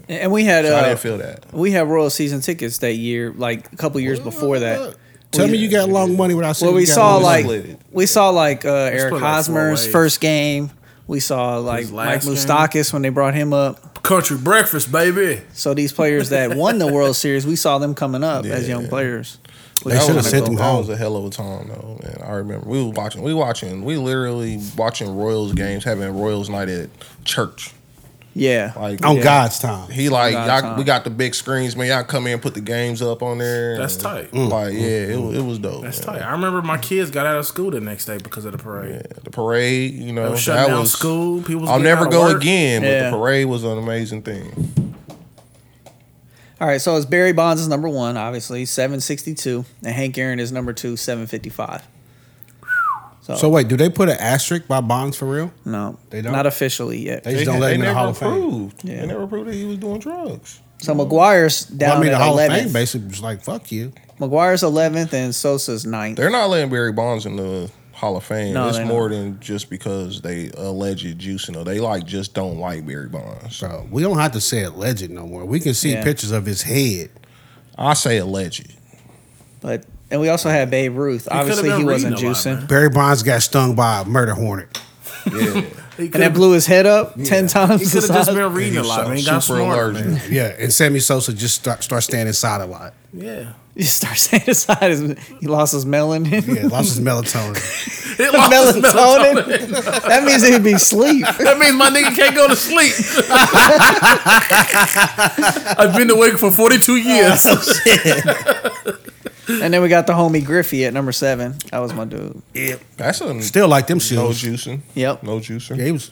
[SPEAKER 3] And we had
[SPEAKER 4] I
[SPEAKER 3] uh,
[SPEAKER 4] didn't feel that.
[SPEAKER 3] we had Royal season tickets that year, like a couple years before that.
[SPEAKER 1] Tell me you got long money without saying
[SPEAKER 3] Well, we
[SPEAKER 1] you got
[SPEAKER 3] saw
[SPEAKER 1] long money.
[SPEAKER 3] like
[SPEAKER 4] split it.
[SPEAKER 3] we saw like uh, Eric
[SPEAKER 2] put it like four
[SPEAKER 3] Hosmer's
[SPEAKER 2] ways.
[SPEAKER 3] first game. We saw like
[SPEAKER 2] His
[SPEAKER 3] Mike
[SPEAKER 2] last game.
[SPEAKER 3] Moustakis when they brought him up.
[SPEAKER 2] Country breakfast, baby.
[SPEAKER 3] So these players that won the World Series, we saw them coming up as young
[SPEAKER 4] Yeah.
[SPEAKER 3] players.
[SPEAKER 1] They
[SPEAKER 4] That
[SPEAKER 1] should have
[SPEAKER 4] was a-
[SPEAKER 1] sent them
[SPEAKER 4] That was
[SPEAKER 1] home.
[SPEAKER 4] a hell of a time though, man. I remember we were watching, we watching, we literally watching Royals games, having Royals night at church.
[SPEAKER 3] Yeah,
[SPEAKER 4] Like
[SPEAKER 1] On
[SPEAKER 3] Yeah.
[SPEAKER 1] God's time.
[SPEAKER 4] he like
[SPEAKER 3] Nah,
[SPEAKER 4] y'all,
[SPEAKER 3] time.
[SPEAKER 4] we got the big screens, man. Y'all come in, and put the games up on there.
[SPEAKER 2] That's
[SPEAKER 4] and,
[SPEAKER 2] tight.
[SPEAKER 4] Like yeah, it, wa- it was dope.
[SPEAKER 2] That's
[SPEAKER 4] man.
[SPEAKER 2] tight. I remember my kids got out of school the next day because of the parade.
[SPEAKER 4] Yeah, the parade, you know,
[SPEAKER 2] They were shutting
[SPEAKER 4] that
[SPEAKER 2] down
[SPEAKER 4] was
[SPEAKER 2] school. People was
[SPEAKER 4] I'll
[SPEAKER 2] getting
[SPEAKER 4] never
[SPEAKER 2] out of
[SPEAKER 4] go
[SPEAKER 2] work.
[SPEAKER 4] again, but
[SPEAKER 3] Yeah.
[SPEAKER 4] the parade was an amazing thing.
[SPEAKER 3] All right, so it's Barry Bonds is number one, obviously seven sixty two, and Hank Aaron is number two, seven fifty five.
[SPEAKER 1] So wait, do they put an asterisk by Bonds for real?
[SPEAKER 3] No,
[SPEAKER 1] They don't?
[SPEAKER 3] not officially yet.
[SPEAKER 1] They just don't let him in the Hall of Fame.
[SPEAKER 4] proved.
[SPEAKER 3] Yeah.
[SPEAKER 4] They never proved that he was doing drugs.
[SPEAKER 3] so McGuire's
[SPEAKER 1] Well,
[SPEAKER 3] down
[SPEAKER 1] I mean, the
[SPEAKER 3] at
[SPEAKER 1] Hall of Fame
[SPEAKER 3] eleventh.
[SPEAKER 1] basically was like, fuck you.
[SPEAKER 3] McGuire's eleventh, and Sosa's ninth.
[SPEAKER 4] They're not letting Barry Bonds in the Hall of Fame.
[SPEAKER 3] No,
[SPEAKER 4] it's
[SPEAKER 3] they're
[SPEAKER 4] more than just because they alleged juicing. Or they like just don't like Barry Bonds.
[SPEAKER 1] So we don't have to say alleged no more. We can see
[SPEAKER 3] Yeah.
[SPEAKER 1] pictures of his head.
[SPEAKER 4] I say alleged.
[SPEAKER 3] But and we also had Babe Ruth. Obviously,
[SPEAKER 2] been
[SPEAKER 3] he wasn't
[SPEAKER 2] reading a lot,
[SPEAKER 3] juicing,
[SPEAKER 1] Barry Bonds got stung by a murder hornet.
[SPEAKER 4] Yeah,
[SPEAKER 2] He
[SPEAKER 3] and that
[SPEAKER 2] could've-
[SPEAKER 3] blew his head up ten
[SPEAKER 2] He could
[SPEAKER 3] times. the
[SPEAKER 2] have just
[SPEAKER 3] size.
[SPEAKER 2] been reading a lot, man. He got
[SPEAKER 4] super
[SPEAKER 2] smarter,
[SPEAKER 4] allergic.
[SPEAKER 2] man.
[SPEAKER 1] Yeah, and Sammy Sosa just start, start standing side a lot.
[SPEAKER 2] Yeah.
[SPEAKER 3] You start saying his size. He lost his melon.
[SPEAKER 1] Yeah, lost his melatonin.
[SPEAKER 2] It lost his
[SPEAKER 3] Melatonin? that means he'd be asleep.
[SPEAKER 2] That means my nigga can't go to sleep. I've been awake for 42 years.
[SPEAKER 3] And then we got the homie Griffey at number seven. That was my dude.
[SPEAKER 4] That's a
[SPEAKER 1] Still like them
[SPEAKER 4] no
[SPEAKER 1] shoes.
[SPEAKER 4] juicing.
[SPEAKER 3] Yep.
[SPEAKER 4] no juicing.
[SPEAKER 1] Yeah,
[SPEAKER 4] Yeah,
[SPEAKER 1] he was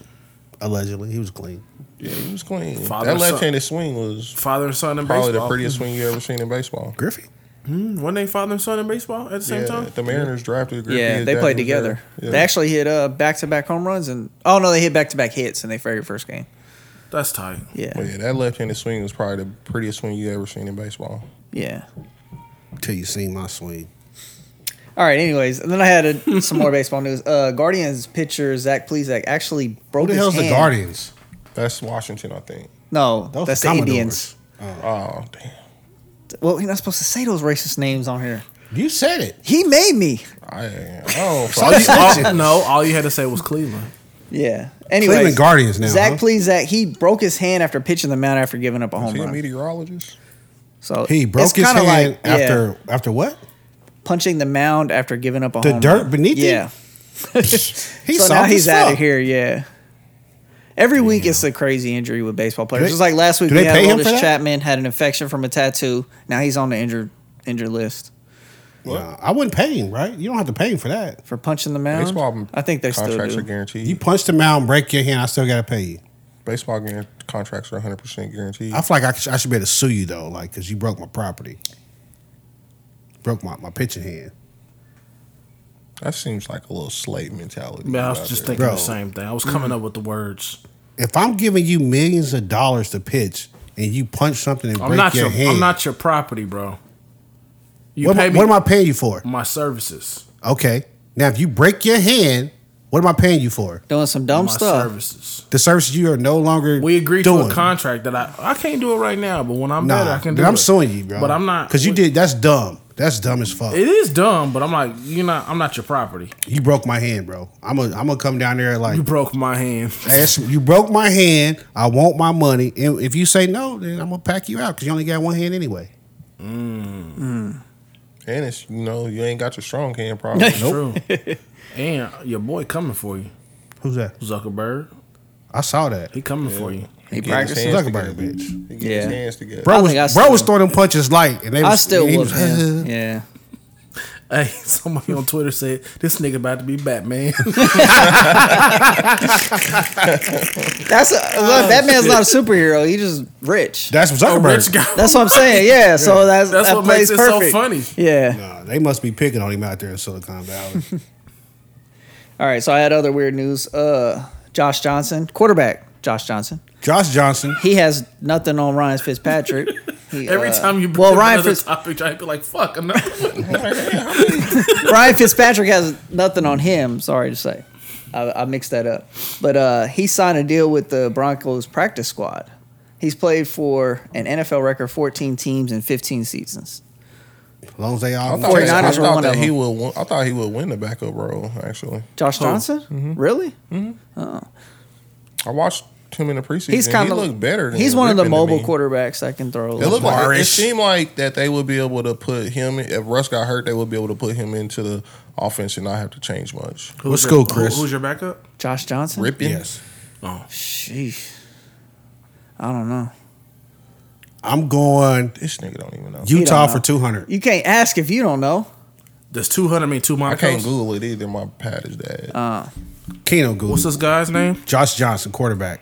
[SPEAKER 1] allegedly he was clean.
[SPEAKER 4] he was clean.
[SPEAKER 2] Father
[SPEAKER 4] that
[SPEAKER 2] son.
[SPEAKER 4] left-handed swing was
[SPEAKER 2] Father and son in
[SPEAKER 4] probably
[SPEAKER 2] baseball.
[SPEAKER 4] the prettiest swing you ever seen in baseball.
[SPEAKER 1] Griffey.
[SPEAKER 2] Weren't they father and son in baseball at the same
[SPEAKER 4] Yeah,
[SPEAKER 2] time?
[SPEAKER 4] the Mariners drafted. Griffey
[SPEAKER 3] Yeah,
[SPEAKER 4] his
[SPEAKER 3] they
[SPEAKER 4] dad
[SPEAKER 3] played
[SPEAKER 4] was
[SPEAKER 3] together.
[SPEAKER 4] there. Yeah.
[SPEAKER 3] They actually hit uh, back-to-back home runs, and oh no, they hit back-to-back hits in their very first game.
[SPEAKER 2] That's tight.
[SPEAKER 3] Yeah,
[SPEAKER 4] But yeah, that left-handed swing was probably the prettiest swing you ever seen in baseball.
[SPEAKER 3] yeah.
[SPEAKER 1] Till you seen my swing.
[SPEAKER 3] All right. Anyways, and then I had a, some more baseball news. Uh, Guardians pitcher Zach Plezak actually broke
[SPEAKER 1] Who the
[SPEAKER 3] his
[SPEAKER 1] hell's the
[SPEAKER 3] hand.
[SPEAKER 1] Guardians?
[SPEAKER 4] That's Washington, I think.
[SPEAKER 3] No,
[SPEAKER 1] Those
[SPEAKER 3] that's
[SPEAKER 1] the
[SPEAKER 3] the
[SPEAKER 1] Commodores.
[SPEAKER 3] Indians.
[SPEAKER 4] Oh damn!
[SPEAKER 3] Well, you're not supposed to say those racist names on here.
[SPEAKER 1] You said it.
[SPEAKER 3] He made me.
[SPEAKER 4] I oh
[SPEAKER 1] All you-
[SPEAKER 2] All- no, all you had to say was Cleveland.
[SPEAKER 3] Yeah. Anyway,
[SPEAKER 1] Cleveland Guardians now.
[SPEAKER 3] Zach
[SPEAKER 1] Zach, huh?
[SPEAKER 3] Plezak, he broke his hand after pitching the mound after giving up a home
[SPEAKER 4] Is he a
[SPEAKER 3] run.
[SPEAKER 4] meteorologist?
[SPEAKER 3] So
[SPEAKER 1] He broke
[SPEAKER 3] it's
[SPEAKER 1] his
[SPEAKER 3] kinda
[SPEAKER 1] hand
[SPEAKER 3] yeah,
[SPEAKER 1] after after what?
[SPEAKER 3] punching the mound after giving up a
[SPEAKER 1] The
[SPEAKER 3] home
[SPEAKER 1] dirt
[SPEAKER 3] run.
[SPEAKER 1] beneath him?
[SPEAKER 3] Yeah.
[SPEAKER 1] He's
[SPEAKER 3] so now he's out of here. Yeah. Every week it's a crazy injury with baseball players.
[SPEAKER 1] they-
[SPEAKER 3] Just like last week,
[SPEAKER 1] do
[SPEAKER 3] we
[SPEAKER 1] they
[SPEAKER 3] had
[SPEAKER 1] pay him for
[SPEAKER 3] Otis
[SPEAKER 1] that?
[SPEAKER 3] Chapman had an infection from a tattoo. Now he's on the injured injured list
[SPEAKER 1] I wouldn't pay him, right? You don't have to pay him for that.
[SPEAKER 3] for punching the mound.
[SPEAKER 4] Baseball.
[SPEAKER 3] I think they still
[SPEAKER 4] contracts
[SPEAKER 3] do.
[SPEAKER 4] are guaranteed.
[SPEAKER 1] You punch the mound, break your hand, I still gotta pay you.
[SPEAKER 4] Baseball guaran- contracts are 100 percent guaranteed.
[SPEAKER 1] I feel like I, sh- I should be able to sue you though, like because you broke my property, broke my, my pitching hand.
[SPEAKER 4] that seems like a little slave mentality.
[SPEAKER 2] Man, I
[SPEAKER 4] out
[SPEAKER 2] was just
[SPEAKER 4] there.
[SPEAKER 2] thinking
[SPEAKER 1] Bro.
[SPEAKER 2] the same thing. I was coming up with the words.
[SPEAKER 1] If I'm giving you millions of dollars to pitch and you punch something and
[SPEAKER 2] I'm
[SPEAKER 1] break
[SPEAKER 2] not
[SPEAKER 1] your,
[SPEAKER 2] your,
[SPEAKER 1] hand,
[SPEAKER 2] I'm not your property, bro. You
[SPEAKER 1] what, am I-
[SPEAKER 2] pay me
[SPEAKER 1] what am I paying you for?
[SPEAKER 2] my services.
[SPEAKER 1] Okay, now if you break your hand, what am I paying you for?
[SPEAKER 3] Doing some dumb
[SPEAKER 2] my
[SPEAKER 3] stuff.
[SPEAKER 2] services.
[SPEAKER 1] The services you are no longer
[SPEAKER 2] We agreed
[SPEAKER 1] doing.
[SPEAKER 2] to a contract that I I can't do it right now, but when I'm
[SPEAKER 1] Nah,
[SPEAKER 2] better, I can do
[SPEAKER 1] then I'm
[SPEAKER 2] it.
[SPEAKER 1] suing you, bro.
[SPEAKER 2] But I'm not
[SPEAKER 1] because you did. That's dumb. That's dumb as fuck.
[SPEAKER 2] It is dumb, but I'm like, you're not. I'm not your property.
[SPEAKER 1] you broke my hand, bro. I'm gonna I'm gonna come down there like
[SPEAKER 2] You broke my hand.
[SPEAKER 1] Ask- you broke my hand. I want my money. And if you say no, then I'm gonna pack you out because you only got one hand anyway.
[SPEAKER 4] and it's you know you ain't got your strong hand probably.
[SPEAKER 2] True. and your boy coming for you,
[SPEAKER 1] Who's that?
[SPEAKER 2] Zuckerberg.
[SPEAKER 1] I saw that.
[SPEAKER 2] He coming for you.
[SPEAKER 3] He
[SPEAKER 4] Getting his
[SPEAKER 3] practiced.
[SPEAKER 4] hands
[SPEAKER 1] Zuckerberg,
[SPEAKER 4] together.
[SPEAKER 1] bitch.
[SPEAKER 4] He getting his
[SPEAKER 3] Yeah.
[SPEAKER 4] hands together.
[SPEAKER 1] Bro was,
[SPEAKER 3] think I
[SPEAKER 1] bro was
[SPEAKER 3] still-
[SPEAKER 1] throwing them punches light, and they was,
[SPEAKER 3] I still
[SPEAKER 1] he
[SPEAKER 3] would
[SPEAKER 1] was-
[SPEAKER 3] him. Yeah.
[SPEAKER 2] Hey, somebody on Twitter said this nigga about to be Batman.
[SPEAKER 3] That's a, look, that man's not a superhero. He's just rich.
[SPEAKER 1] That's
[SPEAKER 4] Oh,
[SPEAKER 2] A
[SPEAKER 1] Zuckerberg.
[SPEAKER 2] rich guy.
[SPEAKER 3] That's what I'm saying. Yeah. So that's,
[SPEAKER 2] That's
[SPEAKER 3] that
[SPEAKER 2] what
[SPEAKER 3] plays
[SPEAKER 2] makes it so
[SPEAKER 3] perfect.
[SPEAKER 2] funny.
[SPEAKER 3] Yeah.
[SPEAKER 1] Nah, they must be picking on him out there in Silicon Valley.
[SPEAKER 3] All right. So I had other weird news. Uh, Josh Johnson, quarterback. Josh Johnson.
[SPEAKER 1] Josh Johnson.
[SPEAKER 3] He has nothing on Ryan Fitzpatrick. He,
[SPEAKER 2] Every
[SPEAKER 3] uh,
[SPEAKER 2] time you bring
[SPEAKER 3] well,
[SPEAKER 2] up
[SPEAKER 3] Ryan
[SPEAKER 2] another
[SPEAKER 3] Fitz-
[SPEAKER 2] topic, I'd be like, "Fuck, I'm not."
[SPEAKER 3] Ryan Fitzpatrick has nothing on him. Sorry to say, I, I mixed that up. But uh, he signed a deal with the Broncos practice squad. He's played for an NFL record 14 teams in 15 seasons.
[SPEAKER 1] As long as they all
[SPEAKER 4] I thought,
[SPEAKER 3] Forty-niners
[SPEAKER 4] I
[SPEAKER 3] were
[SPEAKER 4] thought
[SPEAKER 3] one
[SPEAKER 4] that
[SPEAKER 3] of
[SPEAKER 4] he
[SPEAKER 3] them.
[SPEAKER 4] would. win- I thought he would win the backup role. Actually,
[SPEAKER 3] Josh Johnson, really?
[SPEAKER 4] I watched him in the preseason.
[SPEAKER 3] He's kind of
[SPEAKER 4] he looked better. Than
[SPEAKER 3] he's one of the
[SPEAKER 4] Ripken to
[SPEAKER 3] mobile
[SPEAKER 4] me.
[SPEAKER 3] quarterbacks that can throw. a
[SPEAKER 4] It
[SPEAKER 3] little
[SPEAKER 4] looked like it
[SPEAKER 1] Lamarish.
[SPEAKER 4] seemed like that they would be able to put him. If Russ got hurt, they would be able to put him into the offense and not have to change much.
[SPEAKER 1] What
[SPEAKER 2] Who's your-
[SPEAKER 1] school, Chris?
[SPEAKER 2] who- who's your backup?
[SPEAKER 3] bit. Josh Johnson.
[SPEAKER 4] Ripping.
[SPEAKER 1] Yes.
[SPEAKER 3] Sheesh. I don't know.
[SPEAKER 1] I'm going
[SPEAKER 4] This nigga don't even know.
[SPEAKER 1] Utah
[SPEAKER 3] know.
[SPEAKER 1] for 200.
[SPEAKER 3] You can't ask if you don't know.
[SPEAKER 2] Does two hundred mean two
[SPEAKER 4] I can't
[SPEAKER 2] Monacos?
[SPEAKER 4] Google it either. My pad is dead.
[SPEAKER 3] Uh,
[SPEAKER 1] Keno Gould.
[SPEAKER 2] What's this guy's name?
[SPEAKER 1] Josh Johnson, quarterback.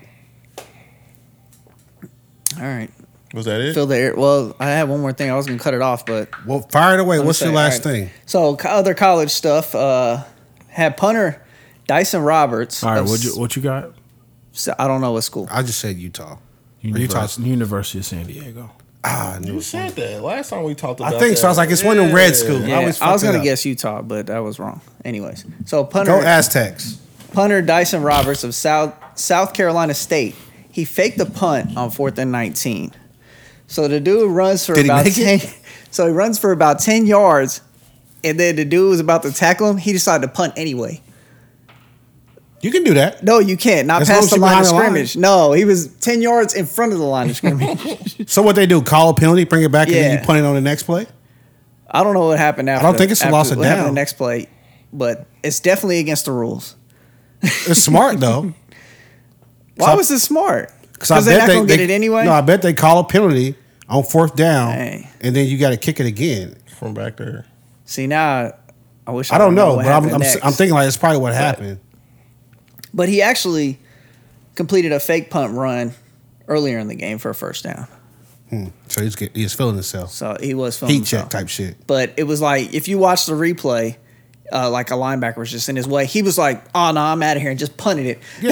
[SPEAKER 3] All right.
[SPEAKER 4] Was that it?
[SPEAKER 3] Fill the air. Well, I had one more thing. I was gonna cut it off, but
[SPEAKER 1] Well, fire it away.
[SPEAKER 3] Let me
[SPEAKER 1] What's your
[SPEAKER 3] say,
[SPEAKER 1] last
[SPEAKER 3] all right.
[SPEAKER 1] thing?
[SPEAKER 3] So co- other college stuff. Uh, had punter Dyson Roberts.
[SPEAKER 2] All right,
[SPEAKER 3] of
[SPEAKER 2] what you what you got?
[SPEAKER 3] s- I don't know what school.
[SPEAKER 1] I just said Utah.
[SPEAKER 2] Univers-
[SPEAKER 1] Utah's-
[SPEAKER 2] University of San Diego.
[SPEAKER 1] Ah, I knew
[SPEAKER 4] You
[SPEAKER 1] it.
[SPEAKER 4] said that last time we talked
[SPEAKER 1] I
[SPEAKER 4] about.
[SPEAKER 1] think so. I was
[SPEAKER 4] that.
[SPEAKER 1] like, it's one of the red
[SPEAKER 4] Yeah.
[SPEAKER 1] schools. I
[SPEAKER 3] Yeah,
[SPEAKER 1] always
[SPEAKER 3] I
[SPEAKER 1] fuck
[SPEAKER 3] was
[SPEAKER 1] that
[SPEAKER 3] gonna
[SPEAKER 1] up.
[SPEAKER 3] guess Utah, but I was wrong. Anyways, so punter
[SPEAKER 1] Go Aztecs.
[SPEAKER 3] punter Dyson Roberts of South South Carolina State. He faked a punt on fourth and nineteen. So the dude runs for
[SPEAKER 1] Did he
[SPEAKER 3] about
[SPEAKER 1] make
[SPEAKER 3] ten.
[SPEAKER 1] it?
[SPEAKER 3] So he runs for about ten yards, and then the dude was about to tackle him. He decided to punt anyway.
[SPEAKER 1] You can do that.
[SPEAKER 3] No, you can't. Not
[SPEAKER 1] As long
[SPEAKER 3] past
[SPEAKER 1] as
[SPEAKER 3] the
[SPEAKER 1] you're
[SPEAKER 3] line
[SPEAKER 1] behind
[SPEAKER 3] of
[SPEAKER 1] the line.
[SPEAKER 3] scrimmage. No, he was ten yards in front of the line of scrimmage.
[SPEAKER 1] So what they do? Call a penalty, bring it back, and then
[SPEAKER 3] Yeah.
[SPEAKER 1] you punt it on the next play.
[SPEAKER 3] I don't know what happened after.
[SPEAKER 1] think it's a
[SPEAKER 3] after
[SPEAKER 1] loss of
[SPEAKER 3] what happened
[SPEAKER 1] down.
[SPEAKER 3] The next play, but it's definitely against the rules.
[SPEAKER 1] It's smart though,
[SPEAKER 3] Why
[SPEAKER 1] I-
[SPEAKER 3] was it smart?
[SPEAKER 1] because I
[SPEAKER 3] Because they're
[SPEAKER 1] bet
[SPEAKER 3] not
[SPEAKER 1] they,
[SPEAKER 3] gonna get
[SPEAKER 1] they-
[SPEAKER 3] it anyway.
[SPEAKER 1] No, I bet they call a penalty on fourth down,
[SPEAKER 3] Dang.
[SPEAKER 1] and then you got to kick it again.
[SPEAKER 4] from back there.
[SPEAKER 3] See now, I wish I,
[SPEAKER 1] I don't know,
[SPEAKER 3] what
[SPEAKER 1] but I'm,
[SPEAKER 3] happened
[SPEAKER 1] I'm,
[SPEAKER 3] next.
[SPEAKER 1] I'm thinking like it's probably what happened.
[SPEAKER 3] But he actually completed a fake punt run earlier in the game for a first down.
[SPEAKER 1] So he's get, he's feeling himself.
[SPEAKER 3] So he was filming
[SPEAKER 1] Heat check
[SPEAKER 3] himself.
[SPEAKER 1] type shit.
[SPEAKER 3] But it was like if you watch the replay, uh, like a linebacker was just in his way. He was like, "Oh no, I'm out of here," and just punted it.
[SPEAKER 1] Yeah,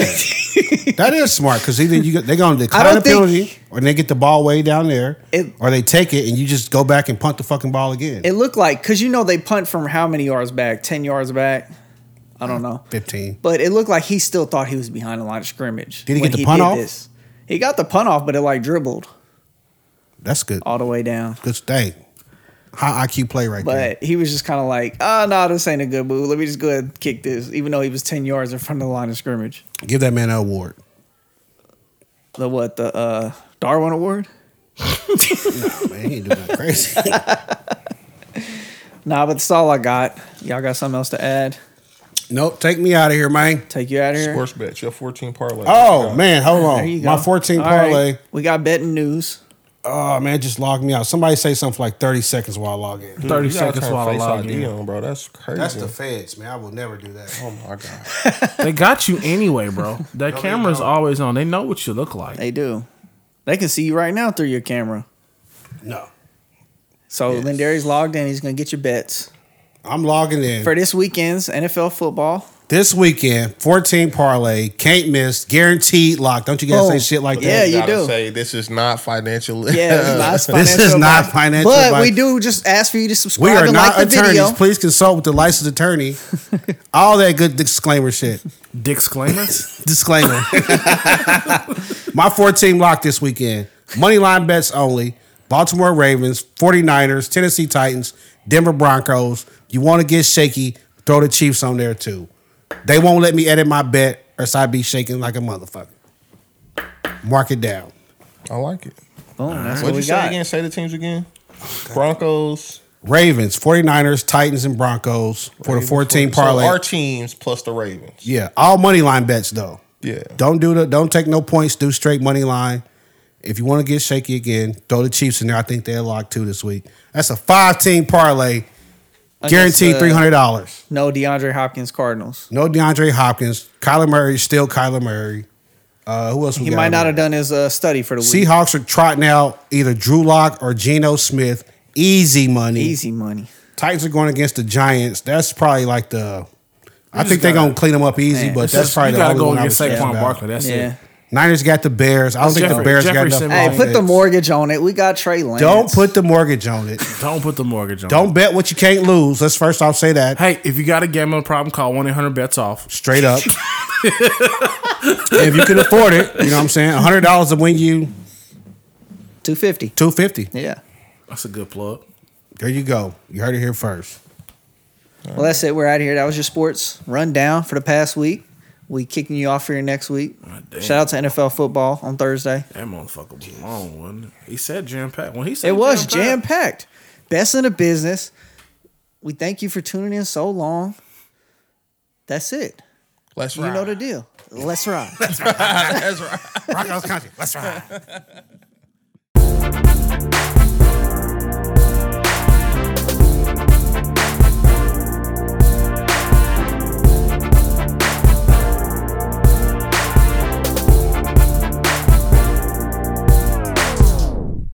[SPEAKER 1] that is smart because either you they're going to
[SPEAKER 3] don't
[SPEAKER 1] decline the
[SPEAKER 3] think-
[SPEAKER 1] penalty, or they get the ball way down there,
[SPEAKER 3] It-
[SPEAKER 1] or they take it and you just go back and punt the fucking ball again.
[SPEAKER 3] It looked like because you know they punt from how many yards back? Ten yards back? I don't know.
[SPEAKER 1] Fifteen.
[SPEAKER 3] But it looked like he still thought he was behind the line of scrimmage.
[SPEAKER 1] Did he
[SPEAKER 3] when
[SPEAKER 1] get the punt
[SPEAKER 3] did
[SPEAKER 1] off?
[SPEAKER 3] He got the punt off, but it like dribbled
[SPEAKER 1] That's good.
[SPEAKER 3] all the way down.
[SPEAKER 1] Good thing. High IQ play right there.
[SPEAKER 3] But he was just kind of like, oh, no, this ain't a good move. Let me just go ahead and kick this, even though he was 10 yards in front of the line of scrimmage.
[SPEAKER 1] Give that man an award.
[SPEAKER 3] The what? The uh, Darwin Award?
[SPEAKER 1] Man, he ain't doing that crazy.
[SPEAKER 3] Nah, but that's all I got. Y'all got something else to add?
[SPEAKER 1] nope, take me out of here, man.
[SPEAKER 3] Take you out of here?
[SPEAKER 4] Sports bet. Your fourteen parlay.
[SPEAKER 1] Oh man, hold
[SPEAKER 3] There you
[SPEAKER 1] on.
[SPEAKER 3] go.
[SPEAKER 1] My 14
[SPEAKER 3] All right.
[SPEAKER 1] parlay.
[SPEAKER 3] We got betting news.
[SPEAKER 1] Oh man, just log me out. Somebody say something for like 30 seconds while I log in.
[SPEAKER 2] Thirty
[SPEAKER 4] You gotta
[SPEAKER 2] seconds
[SPEAKER 4] turn
[SPEAKER 2] while I
[SPEAKER 4] Face
[SPEAKER 2] log
[SPEAKER 4] ID
[SPEAKER 2] in.
[SPEAKER 4] on, bro. That's crazy.
[SPEAKER 1] feds, man. I will never do that.
[SPEAKER 4] oh my god.
[SPEAKER 2] They got you anyway, bro. That
[SPEAKER 1] they
[SPEAKER 2] camera's
[SPEAKER 1] don't.
[SPEAKER 2] always on. They know what you look like.
[SPEAKER 3] They do. They can see you right now through your camera.
[SPEAKER 1] No.
[SPEAKER 3] So
[SPEAKER 1] Yes.
[SPEAKER 3] Lindari's logged in. He's going to get your bets
[SPEAKER 1] I'm logging in.
[SPEAKER 3] for this weekend's NFL football.
[SPEAKER 1] this weekend, 14 parlay, can't miss, guaranteed lock. Don't you guys say
[SPEAKER 3] Boom.
[SPEAKER 1] shit like
[SPEAKER 3] Yeah,
[SPEAKER 1] that?
[SPEAKER 3] you
[SPEAKER 4] gotta
[SPEAKER 3] do.
[SPEAKER 4] Say this is not financial.
[SPEAKER 3] Yeah, it's not
[SPEAKER 1] This is
[SPEAKER 3] financial
[SPEAKER 1] not
[SPEAKER 3] advice.
[SPEAKER 1] financial
[SPEAKER 3] But
[SPEAKER 1] advice.
[SPEAKER 3] we do just ask for you to
[SPEAKER 1] We
[SPEAKER 3] subscribe
[SPEAKER 1] are
[SPEAKER 3] and
[SPEAKER 1] not
[SPEAKER 3] like the
[SPEAKER 1] attorneys.
[SPEAKER 3] video.
[SPEAKER 1] Please consult with the licensed attorney. All that good disclaimer shit.
[SPEAKER 2] Disclaimer.
[SPEAKER 1] Disclaimer. My 14 lock this weekend. Money line bets only. Baltimore Ravens, 49ers, Tennessee Titans, Denver Broncos. You want to get shaky, throw the Chiefs on there too. They won't let me edit my bet or else I'd be shaking like a motherfucker. Mark it down.
[SPEAKER 4] I like it.
[SPEAKER 3] Boom, that's what
[SPEAKER 4] What'd
[SPEAKER 3] we
[SPEAKER 4] you say
[SPEAKER 3] got.
[SPEAKER 4] again? Say the teams again. Broncos
[SPEAKER 1] Ravens, 49ers, Titans, and Broncos for the 14
[SPEAKER 4] So
[SPEAKER 1] parlay.
[SPEAKER 4] our teams plus the Ravens.
[SPEAKER 1] yeah, all money line bets though.
[SPEAKER 4] Yeah.
[SPEAKER 1] Don't do the don't take no points. Do straight money line. If you want to get shaky again, throw the Chiefs in there. I think they're locked too this week. That's a five team parlay, guaranteed
[SPEAKER 3] uh,
[SPEAKER 1] three hundred dollars.
[SPEAKER 3] No DeAndre Hopkins Cardinals.
[SPEAKER 1] No DeAndre Hopkins. Kyler Murray still Kyler Murray. Uh, who else? We
[SPEAKER 3] He
[SPEAKER 1] got
[SPEAKER 3] might
[SPEAKER 1] on
[SPEAKER 3] not
[SPEAKER 1] there?
[SPEAKER 3] have done his uh, study for the week.
[SPEAKER 1] Seahawks are trotting out either Drew Lock or Geno Smith. Easy money.
[SPEAKER 3] Easy money.
[SPEAKER 1] Titans are going against the Giants. That's probably like the. I
[SPEAKER 2] just
[SPEAKER 1] think they're
[SPEAKER 2] gotta-
[SPEAKER 1] gonna clean them up easy,
[SPEAKER 3] Man,
[SPEAKER 1] but
[SPEAKER 3] it's
[SPEAKER 1] that's
[SPEAKER 2] Just-
[SPEAKER 1] probably
[SPEAKER 2] you
[SPEAKER 1] the
[SPEAKER 2] gotta
[SPEAKER 1] only
[SPEAKER 2] go
[SPEAKER 1] one I
[SPEAKER 2] against
[SPEAKER 1] was thinking
[SPEAKER 2] Saquon
[SPEAKER 1] about.
[SPEAKER 2] Barkley. That's
[SPEAKER 3] yeah.
[SPEAKER 2] it.
[SPEAKER 1] Niners got the Bears. I don't think the
[SPEAKER 2] Jeffrey-
[SPEAKER 1] Bears got
[SPEAKER 2] Jefferson
[SPEAKER 1] enough.
[SPEAKER 2] Hey,
[SPEAKER 3] Hey, put the
[SPEAKER 1] offense.
[SPEAKER 3] mortgage on it. We got Trey Lance.
[SPEAKER 1] Don't put the mortgage on it.
[SPEAKER 2] Don't put the mortgage on.
[SPEAKER 1] Don't bet what you can't lose. Let's first off say that
[SPEAKER 2] Hey, if you got a gambling problem, call one eight hundred bets off.
[SPEAKER 1] straight up. if you can afford it, you know what I'm saying. hundred dollars to win you
[SPEAKER 3] two fifty.
[SPEAKER 1] two fifty.
[SPEAKER 3] Yeah.
[SPEAKER 2] That's a good plug.
[SPEAKER 1] There you go. You heard it here first.
[SPEAKER 3] Well, that's it. We're out of here. That was your sports rundown for the past week. We kicking you off here next week.
[SPEAKER 2] damn.
[SPEAKER 3] Shout out to NFL football on Thursday.
[SPEAKER 2] That motherfucker was long, wasn't it? He said jam packed. When he said
[SPEAKER 3] It was
[SPEAKER 2] jam-packed-
[SPEAKER 3] jam packed. Best in the business. We thank you for tuning in so long. That's it.
[SPEAKER 4] Let's
[SPEAKER 3] You know the deal. Let's ride.
[SPEAKER 4] That's right.
[SPEAKER 1] Rock House Country. Let's ride.